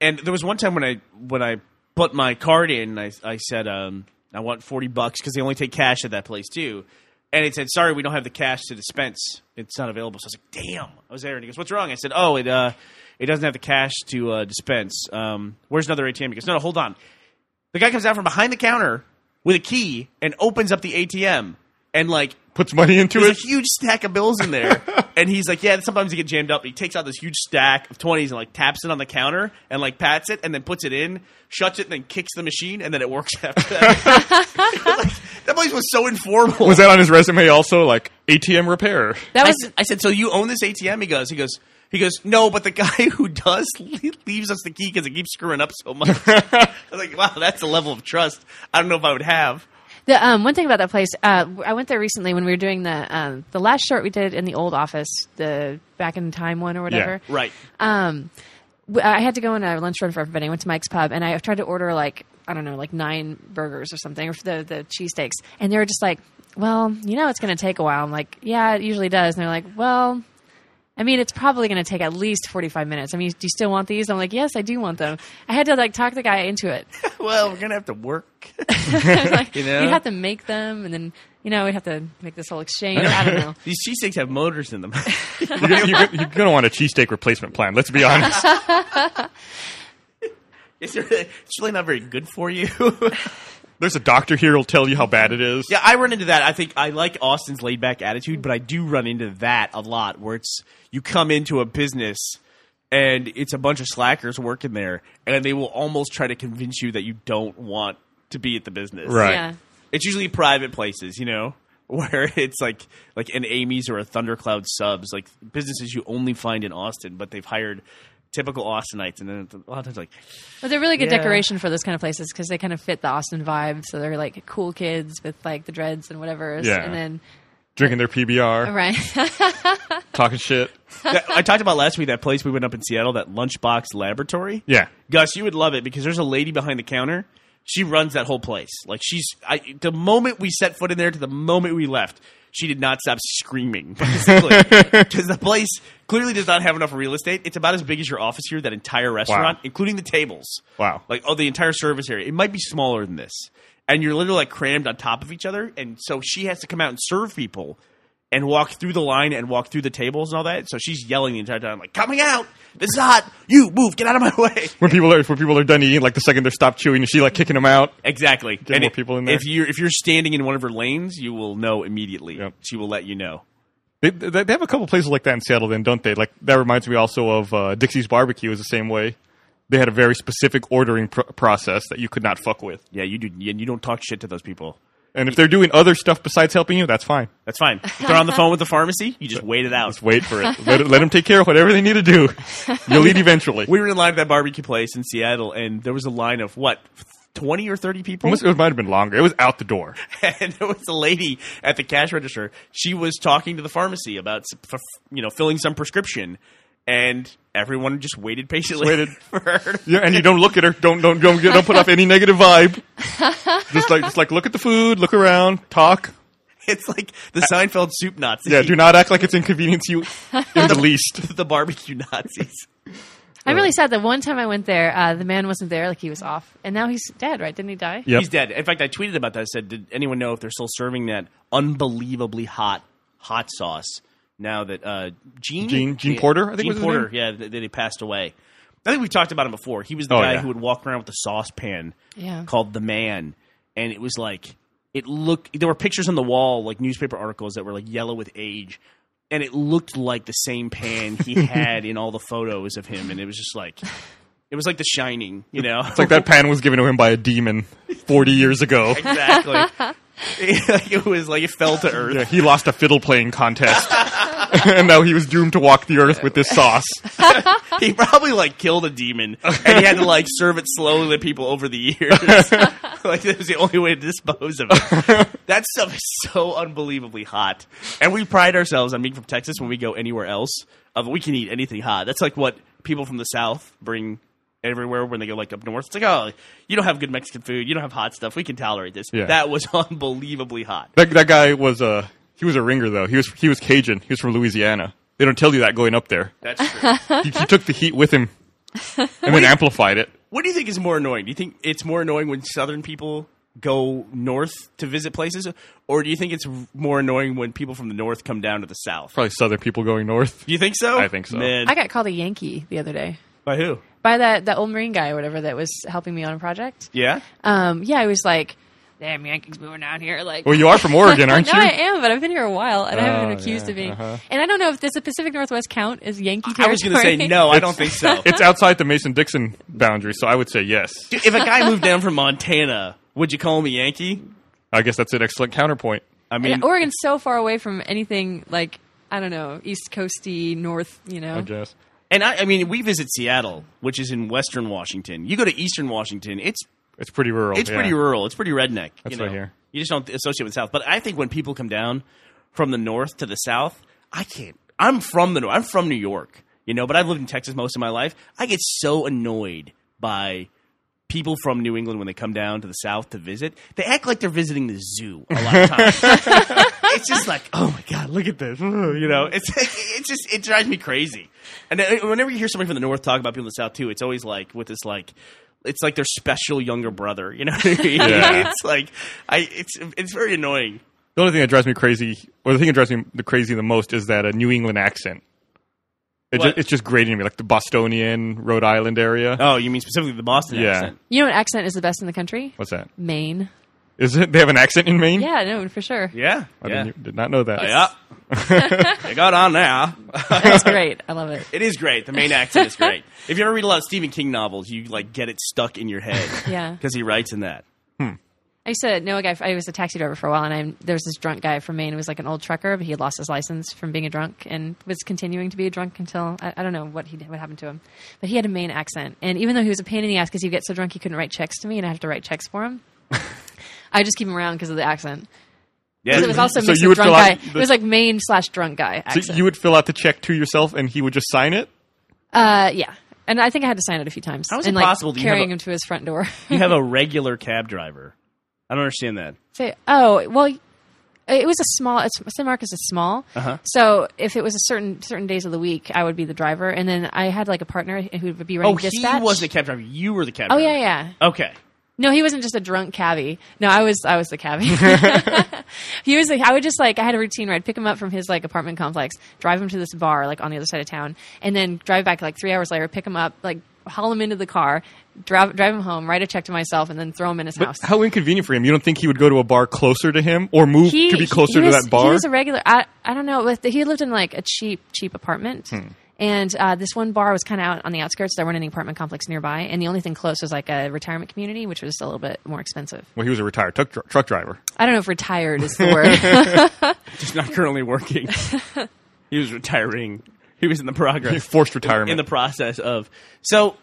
And there was one time when I when I put my card in, I I said um, I want forty bucks because they only take cash at that place too. And it said, "Sorry, we don't have the cash to dispense. It's not available." So I was like, "Damn!" I was there, and he goes, "What's wrong?" I said, "Oh, it uh, it doesn't have the cash to uh, dispense. Um, where's another ATM?" He goes, "No, no, hold on." The guy comes out from behind the counter with a key and opens up the ATM and like Puts money into it. there's a huge stack of bills in there, and he's like, "Yeah." Sometimes you get jammed up. He takes out this huge stack of twenties and like taps it on the counter and like pats it and then puts it in, shuts it, and then kicks the machine, and then it works after that. Like, that place was so informal. Was that on his resume also? Like ATM repair. That I was said, I said, "So you own this ATM?" He goes, "He goes." He goes, no, but the guy who does le- leaves us the key because it keeps screwing up so much. I was like, wow, that's a level of trust I don't know if I would have. the um, one thing about that place. Uh, I went there recently when we were doing the um, the last short we did in the old office, the back in time one or whatever. Right. Uh, Um, w- I had to go on a lunch run for everybody. I went to Mike's Pub and I tried to order like I don't know, like nine burgers or something, or the the cheesesteaks, and they were just like, "Well, you know, it's going to take a while." I'm like, "Yeah, it usually does." And they're like, "Well." I mean, it's probably going to take at least 45 minutes. I mean, do you still want these? I'm like, yes, I do want them. I had to like talk the guy into it. well, we're gonna have to work. like, You know? We'd have to make them, and then you know we'd have to make this whole exchange. I don't know. These cheesesteaks have motors in them. You're, gonna- you're, gonna- you're going to want a cheesesteak replacement plan. Let's be honest. it's really it's really not very good for you. There's a doctor here who'll tell you how bad it is. yeah, I run into that. I think I like Austin's laid back attitude, but I do run into that a lot where it's you come into a business and it's a bunch of slackers working there and they will almost try to convince you that you don't want to be at the business. Right. Yeah. It's usually private places, you know, where it's like like an Amy's or a Thundercloud Subs, like businesses you only find in Austin, but they've hired typical Austinites, and then it's a lot of times like But they're really good Yeah. decoration for those kind of places because they kind of fit the Austin vibe. So they're like cool kids with like the dreads and whatever. Yeah. And then, Drinking their PBR, right. talking shit. That- I talked about last week that place we went up in Seattle, that Lunchbox Laboratory. Yeah. Gus, you would love it because there's a lady behind the counter. She runs that whole place. Like she's I, the moment we set foot in there to the moment we left, she did not stop screaming. Basically, because the place clearly does not have enough real estate. It's about as big as your office here. That entire restaurant, Wow. including the tables. Wow. Like oh, the entire service area. It might be smaller than this, and you're literally like crammed on top of each other. And so she has to come out and serve people. And walk through the line and walk through the tables and all that. So she's yelling the entire time, like, coming out! This is hot! You move! Get out of my way! When people are when people are done eating, like the second they're stopped chewing, is she like kicking them out? Exactly. Get more i- people in there. If you're if you're standing in one of her lanes, you will know immediately. Yep. She will let you know. They, they, they have a couple places like that in Seattle, then, don't they? Like that reminds me also of uh, Dixie's Barbecue is the same way. They had a very specific ordering pr- process that you could not fuck with. Yeah, you do. And you don't talk shit to those people. And if they're doing other stuff besides helping you, that's fine. That's fine. If they're on the phone with the pharmacy, you just wait it out. Just wait for it. let, let them take care of whatever they need to do. You'll eat eventually. We were in line at that barbecue place in Seattle, and there was a line of what twenty or thirty people. It, must, it might have been longer. It was out the door. and there was a lady at the cash register. She was talking to the pharmacy about s- f- you know filling some prescription, and everyone just waited patiently Just waited. for her. to- Yeah, and you don't look at her. Don't don't don't, get, don't put off any negative vibe. Just like just like look at the food, look around, talk. It's like the Seinfeld soup Nazi. Uh, Yeah, do not act like it's inconvenience you in the least. the barbecue Nazis. I'm really sad that one time I went there, uh, the man wasn't there, like he was off. And now he's dead, right? Didn't he die? Yep. He's dead. In fact, I tweeted about that. I said, "Did anyone know if they're still serving that unbelievably hot hot sauce now that uh, Gene Gene- Gene Porter, I think Gene was his Porter, name? yeah, that, that he passed away. I think we talked about him before. He was the Oh, guy yeah. who would walk around with a saucepan Yeah. called the Man, and it was like it looked. There were pictures on the wall, like newspaper articles that were like yellow with age. And it looked like the same pan he had in all the photos of him, and it was just like, it was like The Shining, you know. It's like that pan was given to him by a demon 40 years ago. Exactly. like it was like it fell to earth. Yeah, he lost a fiddle playing contest. and now he was doomed to walk the earth with this sauce. He probably like killed a demon, and he had to like serve it slowly to people over the years. like that was the only way to dispose of it. That stuff is so unbelievably hot, and we pride ourselves on being from Texas. When we go anywhere else, of we can eat anything hot. That's like what people from the South bring everywhere when they go like up north. It's like, oh, you don't have good Mexican food, you don't have hot stuff. We can tolerate this. Yeah. That was unbelievably hot. That, that guy was a he was a ringer though. He was he was Cajun. He was from Louisiana. They don't tell you that going up there. That's true. He, he took the heat with him and then amplified it. What do you think is more annoying? Do you think it's more annoying when Southern people go north to visit places, or do you think it's more annoying when people from the north come down to the south? Probably southern people going north. Do you think so? I think so. Man. I got called a Yankee the other day By who? by that, that old Marine guy or whatever that was helping me on a project. Yeah. Um, yeah, I was like, damn, Yankees moving out here. Like, Well, you are from Oregon, aren't no, you? I am, but I've been here a while, and I haven't Oh, been accused yeah, of being. uh-huh. And I don't know if does the Pacific Northwest count as Yankee I territory. was going to say no. Oh, I don't think so. It's outside the Mason-Dixon boundary, so I would say yes. Dude, if a guy moved down from Montana, would you call him a Yankee? I guess that's an excellent counterpoint. I mean, And Oregon's so far away from anything like I don't know, East Coasty, North. You know, I guess. and I, I mean, we visit Seattle, which is in Western Washington. You go to Eastern Washington, it's It's pretty rural. It's yeah. pretty rural. It's pretty redneck. That's you know? right here. You just don't associate with the South. But I think when people come down from the North to the South, I can't. I'm from the North. I'm from New York, you know, but I've lived in Texas most of my life. I get so annoyed by people from New England when they come down to the South to visit, they act like they're visiting the zoo a lot of times. it's just like, oh my god, look at this, you know. It's it's just it drives me crazy. And I- whenever you hear somebody from the North talk about people in the South too, it's always like with this like. It's like their special younger brother, you know. What I mean? Yeah. It's like I, it's it's very annoying. The only thing that drives me crazy, or the thing that drives me the crazy the most, is that a New England accent. It What? just, it's just grating to me, like the Bostonian, Rhode Island area. Oh, you mean specifically the Boston Yeah. accent? You know what accent is the best in the country? What's that? Maine. Is it? They have an accent in Maine? Yeah, no, for sure. Yeah, I yeah. didn't, did not know that. Yeah. they got on now. That's great. I love it. It is great. The main accent is great. If you ever read a lot of Stephen King novels, you like get it stuck in your head Yeah. because he writes in that. I used to know a guy. I was a taxi driver for a while, and I, there was this drunk guy from Maine who was like an old trucker, but he had lost his license from being a drunk and was continuing to be a drunk until I, I don't know what he what happened to him. But he had a Maine accent, and even though he was a pain in the ass because he'd get so drunk he couldn't write checks to me, and I have to write checks for him. I just keep him around because of the accent. 'Cause Yeah, It was also So mixed you with would drunk fill guy. out It the- was like Maine slash drunk guy accent. So you would fill out the check to yourself, and he would just sign it. uh, yeah, and I think I had to sign it a few times. How is it and, like, possible? Do you have carrying a- him to his front door. you have a regular cab driver. I don't understand that. Say, oh well, it was a small. It's, San Marcos is small, Uh-huh. so if it was a certain certain days of the week, I would be the driver, and then I had like a partner who would be running Oh, dispatch. he wasn't a cab driver. You were the cab. oh driver. yeah, yeah. Okay. No, he wasn't just a drunk cabbie. No, I was I was the cabbie. he was like I would just like I had a routine where I'd pick him up from his like apartment complex, drive him to this bar like on the other side of town, and then drive back like three hours later, pick him up, like haul him into the car, drive drive him home, write a check to myself, and then throw him in his house. How inconvenient for him! You don't think he would go to a bar closer to him, or move to be closer he to was, that bar? He was a regular. I, I don't know. With the, he lived in like a cheap cheap apartment, Hmm. and uh, this one bar was kind of out on the outskirts. There weren't any apartment complex nearby, and the only thing close was like a retirement community, which was a little bit more expensive. well, he was a retired truck, dr- truck driver. I don't know if retired is the word. Just not currently working. he was retiring. He was in the progress. Forced retirement. in the process of. So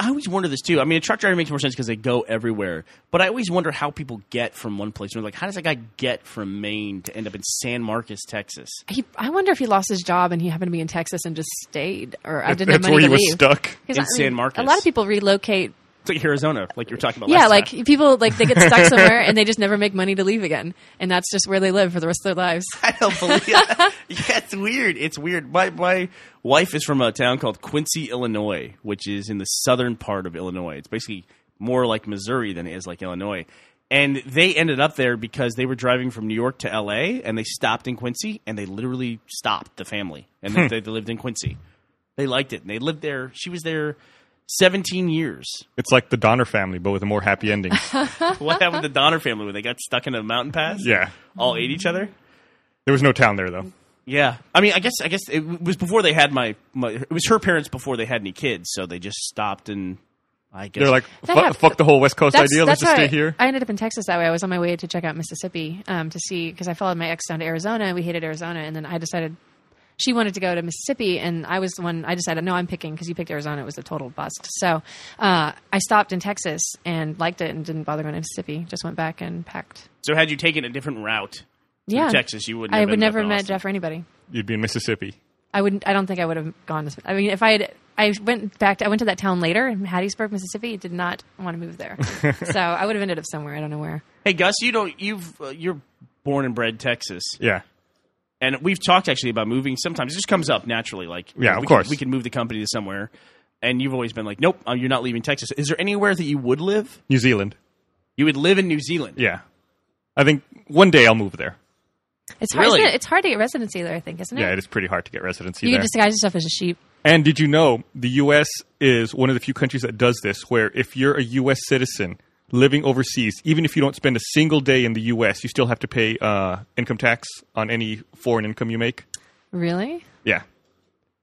I always wonder this too. I mean, a truck driver makes more sense because they go everywhere. But I always wonder how people get from one place. to another. Like, how does that guy get from Maine to end up in San Marcos, Texas? he, I wonder if he lost his job and he happened to be in Texas and just stayed, or I didn't have That's money where he to was leave. stuck. 'Cause, In I San Marcos. a lot of people relocate. It's like Arizona, like you were talking about. Yeah, last like time. people like they get stuck somewhere and they just never make money to leave again, and that's just where they live for the rest of their lives. I don't believe. yeah, it's weird. It's weird. My my wife is from a town called Quincy, Illinois, which is in the southern part of Illinois. It's basically more like Missouri than it is like Illinois. And they ended up there because they were driving from New York to L.A. and they stopped in Quincy and they literally stopped the family and they, they lived in Quincy. They liked it and they lived there. She was there seventeen years. It's like the Donner family, but with a more happy ending. what happened to the Donner family when they got stuck in a mountain pass? yeah, all ate each other. there was no town there though. Yeah, I mean, I guess I guess it was before they had my, my it was her parents before they had any kids, so they just stopped and I guess They're like, That "Fuck- hap- fuck the whole West Coast idea. Let's just how stay I, here. I ended up in Texas that way. I was on my way to check out Mississippi um, to see because I followed my ex down to Arizona. We hated Arizona, and then I decided she wanted to go to Mississippi, and I was the one. I decided no, I'm picking because you picked Arizona. It was a total bust. So uh, I stopped in Texas and liked it, and didn't bother going to Mississippi. Just went back and packed. so had you taken a different route Yeah, Texas, you wouldn't I have would ended up never in have met Austin. Jeff or anybody. You'd be in Mississippi. I wouldn't. I don't think I would have gone. This, I mean, if I had, I went back. To, I went to that town later in Hattiesburg, Mississippi. Did not want to move there, so I would have ended up somewhere. I don't know where. Hey Gus, you don't you've uh, you're born and bred Texas, Yeah, and we've talked actually about moving. Sometimes it just comes up naturally, like Yeah, of we can- course. we can move the company to somewhere. And you've always been like, nope, uh, you're not leaving Texas. Is there anywhere that you would live? New Zealand. You would live in New Zealand. Yeah, I think one day I'll move there. It's hard. Really? isn't it? It's hard to get residency there. I think, isn't it? Yeah, it is pretty hard to get residency you there. can disguise yourself as a sheep. And did you know the U.S. is one of the few countries that does this, where if you're a U.S. citizen living overseas, even if you don't spend a single day in the U.S., you still have to pay uh, income tax on any foreign income you make. Really? Yeah.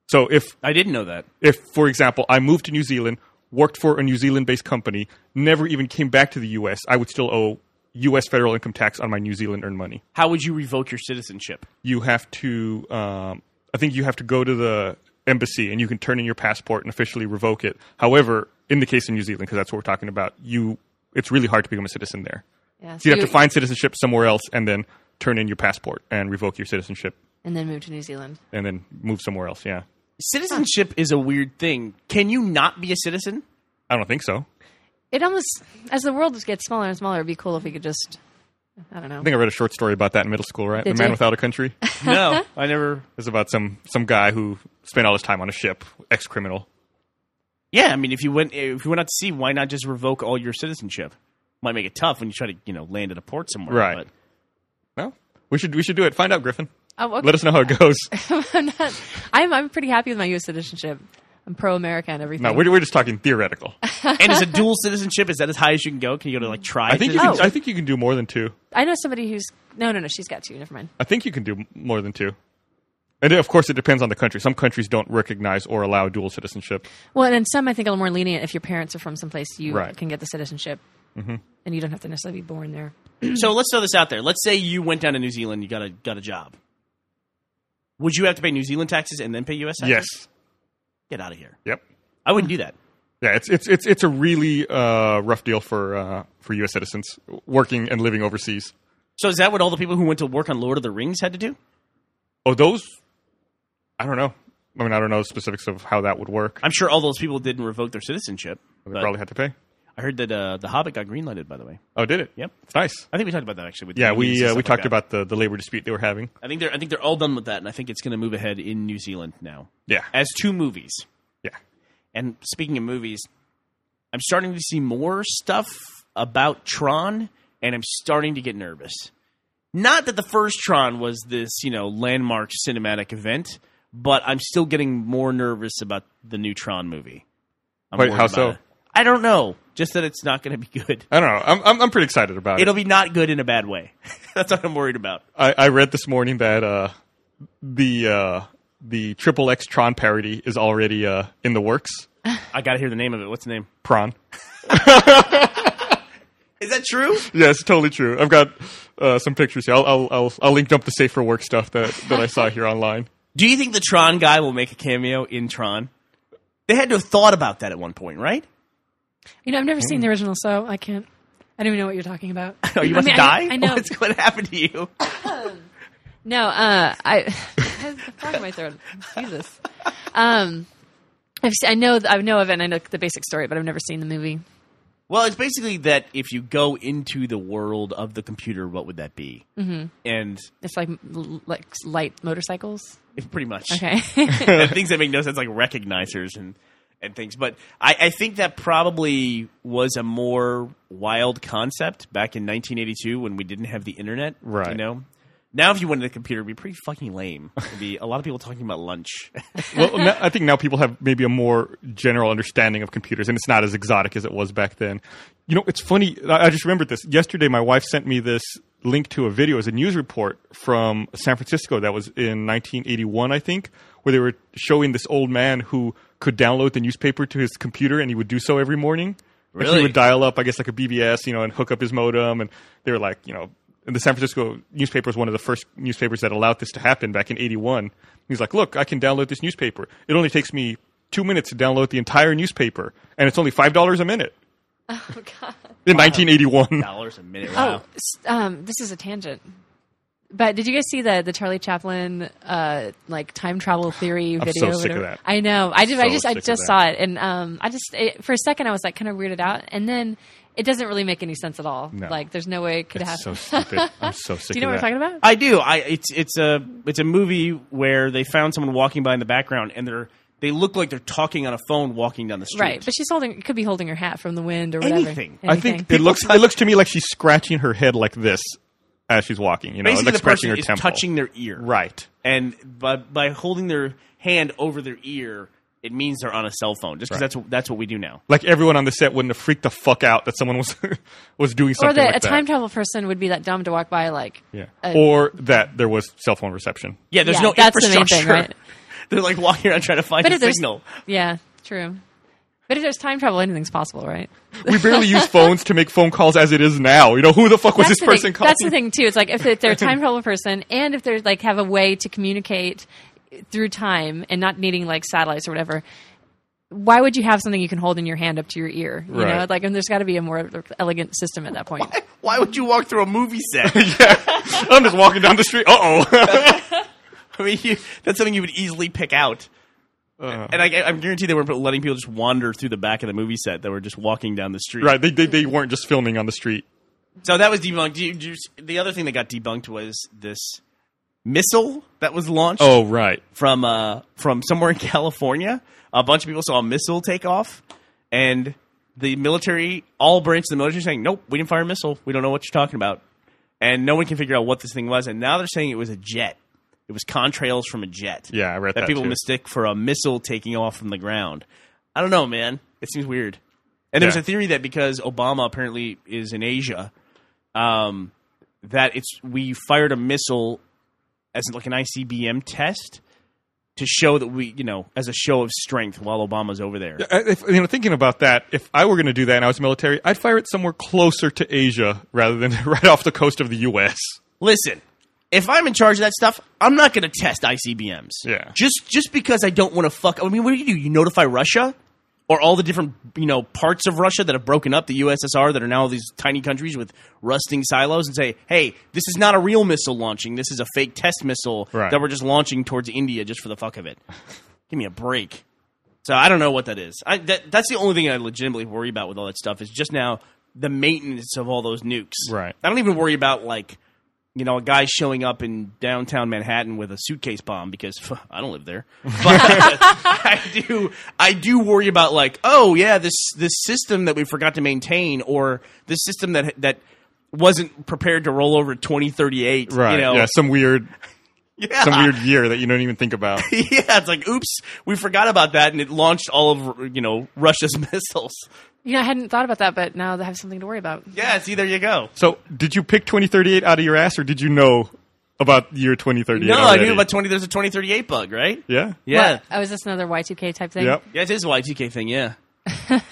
So if I didn't know that. if for example I moved to New Zealand, worked for a New Zealand-based company, never even came back to the U.S., I would still owe U.S. federal income tax on my New Zealand earned money. How would you revoke your citizenship? you have to um, i think you have to go to the embassy and you can turn in your passport and officially revoke it however in the case of new zealand because that's what we're talking about you it's really hard to become a citizen there Yeah. so you have to find citizenship somewhere else and then turn in your passport and revoke your citizenship and then move to New Zealand. and then move somewhere else yeah Citizenship is a weird thing. Can you not be a citizen? i don't think so it almost as the world gets smaller and smaller, it'd be cool if we could just I don't know. I think I read a short story about that in middle school, right? Did the Man you? Without a Country. It's No, I never. about some some guy who spent all his time on a ship, ex criminal. Yeah, I mean, if you went if you went out to sea, why not just revoke all your citizenship? Might make it tough when you try to you know land at a port somewhere. Right. But No, we should we should do it. Find out, Griffin. Oh, okay. Let us know how it goes. I'm, not, I'm I'm pretty happy with my U.S. citizenship. I'm pro America and everything. No, we're, we're just talking theoretical. and is a dual citizenship? Is that as high as you can go? Can you go to like try? I think you Oh. can, I think you can do more than two. I know somebody who's no, no, no. She's got two. Never mind. I think you can do m- more than two. And of course, it depends on the country. Some countries don't recognize or allow dual citizenship. Well, and then some I think are more lenient. If your parents are from someplace, you Right. Mm-hmm. can get the citizenship, and you don't have to necessarily be born there. so let's throw this out there. Let's say you went down to New Zealand, you got a got a job. Would you have to pay New Zealand taxes and then pay U.S. taxes? Yes. Get out of here. Yep. I wouldn't do that. Yeah, it's it's it's it's a really uh, rough deal for uh, for U.S. citizens working and living overseas. So is that what all the people who went to work on Lord of the Rings had to do? Oh, those? I don't know. I mean, I don't know the specifics of how that would work. I'm sure all those people didn't revoke their citizenship. They but probably had to pay. I heard that uh, the Hobbit got greenlighted. By the way, Oh, did it? Yep. It's nice. I think we talked about that actually. With the Yeah, unions we and uh, stuff we like talked that. about the, the labor dispute they were having. I think they're I think they're all done with that, and I think it's going to move ahead in New Zealand now Yeah, as two movies. yeah. And speaking of movies, I'm starting to see more stuff about Tron, and I'm starting to get nervous. Not that the first Tron was this you know landmark cinematic event, but I'm still getting more nervous about the new Tron movie. I'm Wait, worried how about so? it. I don't know. Just that it's not going to be good. I don't know. I'm I'm, I'm pretty excited about it. It'll be not good in a bad way. That's what I'm worried about. I, I read this morning that uh, the uh, the triple X Tron parody is already uh, in the works. I got to hear the name of it. What's the name? Prawn. Is that true? Yeah, it's totally true. I've got uh, some pictures here. I'll, I'll I'll I'll link up the safe for work stuff that that I saw here online. Do you think the Tron guy will make a cameo in Tron? They had to have thought about that at one point, right? You know, I've never Mm. seen the original, so I can't. I don't even know what you're talking about. Oh, Are you I about mean, to die? I, I know. What's going to happen to you? No, uh, I has the frog in my throat. Jesus. Um, I've se- I know I know of it. and I know the basic story, but I've never seen the movie. Well, it's basically that if you go into the world of the computer, what would that be? Mm-hmm. And It's like l- like light motorcycles. it's pretty much Okay. and things that make no sense, like recognizers and, and things. But I, I think that probably was a more wild concept back in 1982 when we didn't have the internet. You Right. know? Now, if you went to the computer, it'd be pretty fucking lame. It'd be a lot of people talking about lunch. well, now, I think now people have maybe a more general understanding of computers, and it's not as exotic as it was back then. You know, it's funny. I I just remembered this yesterday. My wife sent me this link to a video as a news report from San Francisco that was in 1981, I think, where they were showing this old man who could download the newspaper to his computer, and he would do so every morning. Like, Really? he would dial up, I guess, like a BBS, you know, and hook up his modem, and they were like, you know. And the San Francisco newspaper was one of the first newspapers that allowed this to happen back in 81. He's like, look, I can download this newspaper. It only takes me two minutes to download the entire newspaper, and it's only $5 a minute oh God. in 1981. dollars a minute. Oh, s- um, this is a tangent. But did you guys see the the Charlie Chaplin uh, like time travel theory I'm video? so sick of whatever? that. I know. I did. I So just I sick of just that. saw it, and um, I just it, for a second I was like kind of weirded out, and then it doesn't really make any sense at all. No. Like there's no way it could happen. It's so stupid. I'm so sick Do you know of what that. I'm talking about? I do. I it's it's a it's a movie where they found someone walking by in the background and they're they look like they're talking on a phone walking down the street. Right, but she's holding. Could be holding her hat from the wind or whatever. Anything. I think Anything. it looks, it looks to me like she's scratching her head like this as she's walking, you know, Basically, like the scratching person her is temple. touching their ear. right. And by by holding their hand over their ear, it means they're on a cell phone. Just because Right. that's what- that's what we do now. Like everyone on the set wouldn't have freaked the fuck out that someone was was doing or something that like a time that. travel person would be that dumb to walk by like. Yeah. a- or that there was cell phone reception. Yeah, there's Yeah, no that's the main infrastructure. thing, right? They're like walking around trying to find But a if there's signal. yeah, true. But if there's time travel, anything's possible, right? We barely use phones to make phone calls as it is now. You know, who the fuck was this that's the person thing. calling? That's the thing too. It's like if, if they're a time travel person and if they're like have a way to communicate through time and not needing like satellites or whatever. Why would you have something you can hold in your hand up to your ear? You know, Right. like, and there's got to be a more elegant system at that point. Why would you walk through a movie set? I'm just walking down the street. Uh oh. I mean, you, that's something you would easily pick out. and I, I'm guaranteed they weren't letting people just wander through the back of the movie set. They were just walking down the street. Right. They, they they weren't just filming on the street. So that was debunked. Do you- do you- the other thing that got debunked was this missile that was launched Oh, right. from uh, from somewhere in California. A bunch of people saw a missile take off, and the military, all branches of the military, saying, "Nope, we didn't fire a missile. We don't know what you're talking about." And no one can figure out what this thing was. And now they're saying it was a jet. It was contrails from a jet. Yeah, I read that people too. mistake for a missile taking off from the ground. I don't know, man. It seems weird. And Yeah. there's a theory that because Obama apparently is in Asia, um, that it's we fired a missile as like an ICBM test to show that we, you know, as a show of strength while Obama's over there. I- Uh, If, you know, thinking about that, if I were going to do that and I was military, I'd fire it somewhere closer to Asia rather than right off the coast of the U.S. Listen, if I'm in charge of that stuff, I'm not going to test ICBMs. Yeah. Just just because I don't want to fuck. I mean, what do you do? You notify Russia or all the different you know parts of Russia that have broken up the USSR that are now these tiny countries with rusting silos and say, hey, this is not a real missile launching. This is a fake test missile Right. that we're just launching towards India just for the fuck of it. Give me a break. So I don't know what that is. I, that, that's the only thing I legitimately worry about with all that stuff is just now the maintenance of all those nukes. Right. I don't even worry about like you know a guy showing up in downtown Manhattan with a suitcase bomb because pff, I don't live there. But I do I do worry about like oh yeah this this system that we forgot to maintain or this system that that wasn't prepared to roll over to 2038 you know yeah. Some weird Yeah. some weird year that you don't even think about. yeah, it's like, oops, we forgot about that, and it launched all of you know Russia's missiles. You know, I hadn't thought about that, but now I have something to worry about. Yeah, see, there you go. So, did you pick 2038 out of your ass, or did you know about the year 2038? No, I already? knew about twenty. There's a twenty thirty eight bug, right? Yeah. Yeah, What? Oh, is this another Y2K type thing? Yep. yeah, it is a YTK thing. Yeah,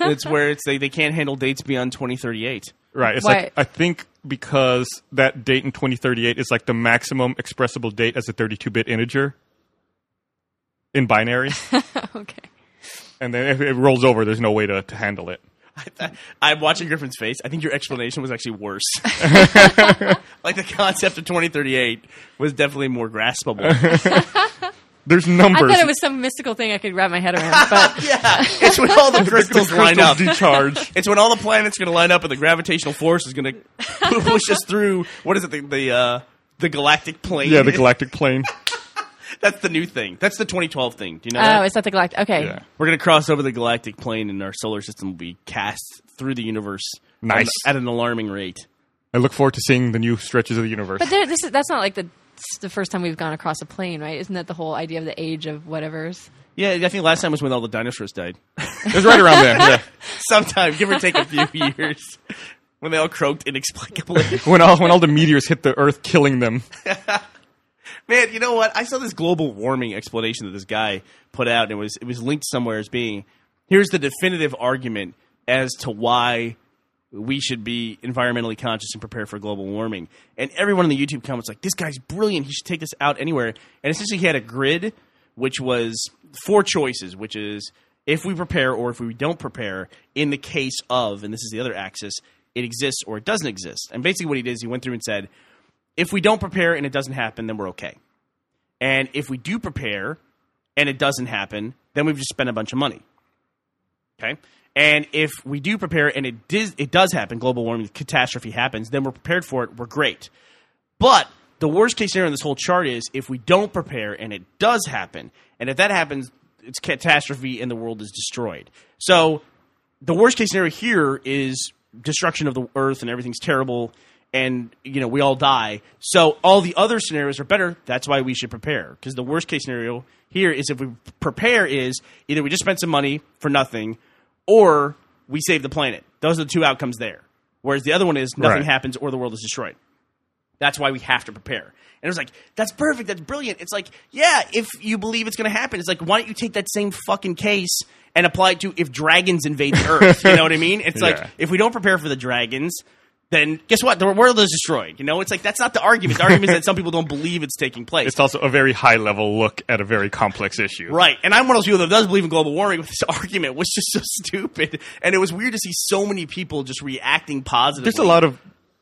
it's where it's they, they can't handle dates beyond twenty thirty eight. Right. It's Why- like I think because that date in 2038 is like the maximum expressible date as a 32-bit integer in binary, Okay. and then if it rolls over, there's no way to, to handle it. I'm watching Griffin's face. I think your explanation was actually worse. like the concept of twenty thirty eight was definitely more graspable. There's I numbers. thought it was some mystical thing I could wrap my head around, but yeah, it's when all the crystals line up. decharge. It's when all the planets going to line up and the gravitational force is going to push us through. What is it? The the, uh, the galactic plane. yeah, the galactic plane. That's the new thing. That's the 2012 thing. Do you know? oh, that? is that the galactic? Okay. Yeah. We're going to cross over the galactic plane, and our solar system will be cast through the universe. Nice. At an alarming rate. I look forward to seeing the new stretches of the universe. But there, this is, that's not like the it's the first time we've gone across a plane, right? Isn't that the whole idea of the age of whatever's? Yeah, I think last time was when all the dinosaurs died. It was right around then. Yeah. Sometime, give or take a few years, when they all croaked inexplicably. When all when all the meteors hit the Earth, killing them. Man, you know what? I saw this global warming explanation that this guy put out, and it was it was linked somewhere as being here's the definitive argument as to why we should be environmentally conscious and prepare for global warming. And everyone in the YouTube comments like, this guy's brilliant. He should take this out anywhere. And essentially, he had a grid which was four choices, which is if we prepare or if we don't prepare in the case of, and this is the other axis, it exists or it doesn't exist. And basically, what he did is he went through and said, if we don't prepare and it doesn't happen, then we're okay. And if we do prepare and it doesn't happen, then we've just spent a bunch of money. Okay? And if we do prepare and it dis- it does happen, global warming catastrophe happens, then we're prepared for it, we're great. But the worst case scenario in this whole chart is if we don't prepare and it does happen, and if that happens, it's catastrophe and the world is destroyed. So the worst case scenario here is destruction of the earth and everything's terrible and you know we all die so all the other scenarios are better that's why we should prepare because the worst case scenario here is if we prepare is either we just spend some money for nothing or we save the planet those are the two outcomes there whereas the other one is nothing Right. happens or the world is destroyed that's why we have to prepare. And it was like, that's perfect. That's brilliant. It's like, yeah, if you believe it's going to happen, it's like, why don't you take that same fucking case and apply it to if dragons invade the Earth? You know what I mean? It's like, Yeah. if we don't prepare for the dragons, then guess what? The world is destroyed. You know, it's like, that's not the argument. The argument is that some people don't believe it's taking place. It's also a very high level look at a very complex issue. Right. And I'm one of those people that does believe in global warming, but this argument was just so stupid. And it was weird to see so many people just reacting positively. There's a lot of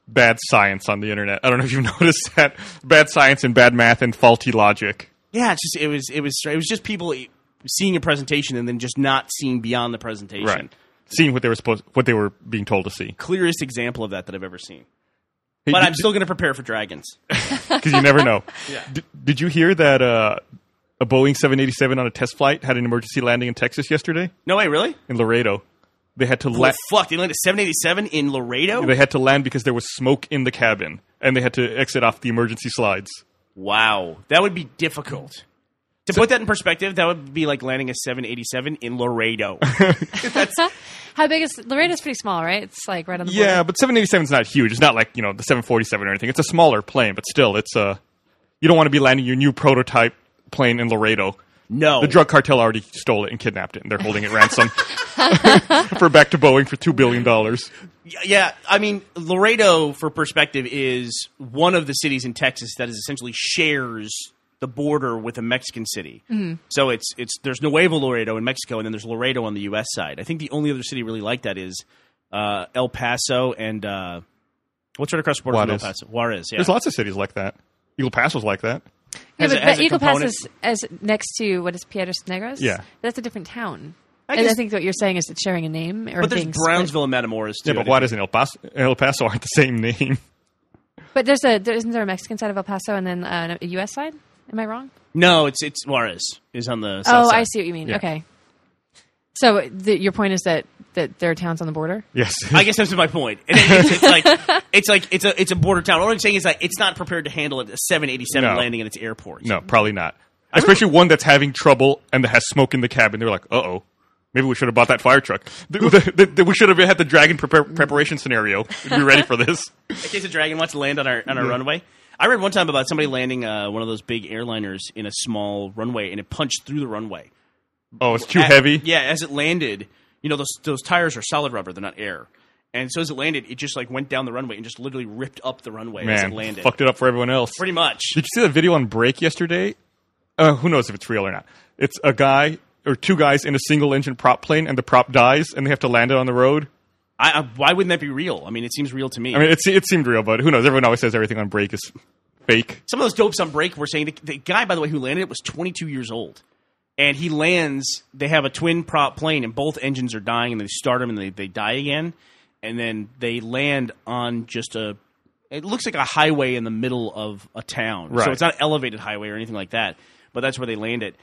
bad science on the internet. I don't know if you've noticed that. Bad science and bad math and faulty logic. Yeah, it's just it was it was stra- it was just people e, seeing a presentation and then just not seeing beyond the presentation. right. Seeing what they were supposed, what they were being told to see, Clearest example of that that I've ever seen. But I'm still going to prepare for dragons. because you never know. D- did you hear that uh, a Boeing 787 on a test flight had an emergency landing in Texas yesterday No way, really? in Laredo? They had to Well, land. fuck, they landed a 787 in Laredo? They had to land because there was smoke in the cabin, and they had to exit off the emergency slides. Wow, that would be difficult. To put that in perspective, that would be like landing a 787 in Laredo. How big is Laredo's pretty small, right? It's like right on the Yeah, border. but 787 is not huge. It's not like you know the 747 or anything. It's a smaller plane, but still, it's uh, you don't want to be landing your new prototype plane in Laredo. no. The drug cartel already stole it and kidnapped it, and they're holding it ransom for back to Boeing for two billion dollars. Yeah, I mean, Laredo, for perspective, is one of the cities in Texas that is essentially shares the border with a Mexican city. Mm-hmm. So it's it's there's Nuevo Laredo in Mexico, and then there's Laredo on the U.S. side. I think the only other city really like that is uh, El Paso and uh, what's right across the border Juarez. from El Paso? Juarez. Yeah. There's lots of cities like that. El Paso's like that. Yeah, has a- but, has but a Eagle Pass component- is as next to what is Piedras Negras. Yeah. that's a different town. I and I guess- think what you're saying is it's sharing a name or but there's being Brownsville and Matamoros too. Yeah, but why doesn't El Paso El Paso aren't the same name? Split. But there's a there, isn't there a Mexican side of El Paso and then uh, a U.S. side? Am I wrong? No, it's it's Juarez is on the. oh, south side. I see what you mean. Yeah. Okay. So the, your point is that that there are towns on the border. Yes, I guess that's my point. And it- it's, it's like it's like it's a it's a border town. All I'm saying is that it's not prepared to handle a 787 No. landing in its airport. no, probably not. Especially one that's having trouble and that has smoke in the cabin. They're like, uh oh. Maybe we should have bought that fire truck. The- the- the- we should have had the dragon prepar- preparation scenario. We'd be ready for this. In case a dragon wants to land on our on Mm-hmm. our runway. I read one time about somebody landing uh, one of those big airliners in a small runway and it punched through the runway. Oh, it's too At- heavy. Yeah, as it landed, you know those those tires are solid rubber; they're not air. And so as it landed, it just like went down the runway and just literally ripped up the runway as it Man, landed. fucked it up for everyone else. Pretty much. Did you see that video on Break yesterday? Uh, who knows if it's real or not? It's a guy or two guys in a single engine prop plane, and the prop dies, and they have to land it on the road. I, I, why wouldn't that be real? I mean, it seems real to me. I mean, it, se- it seemed real, but who knows? Everyone always says everything on Break is fake. some of those dopes on break were saying the, the guy, by the way, who landed it was 22 years old. And he lands, they have a twin prop plane, and both engines are dying, and they start them and they, they die again. And then they land on just a, it looks like a highway in the middle of a town. Right. So it's not elevated highway or anything like that, but that's where they land it.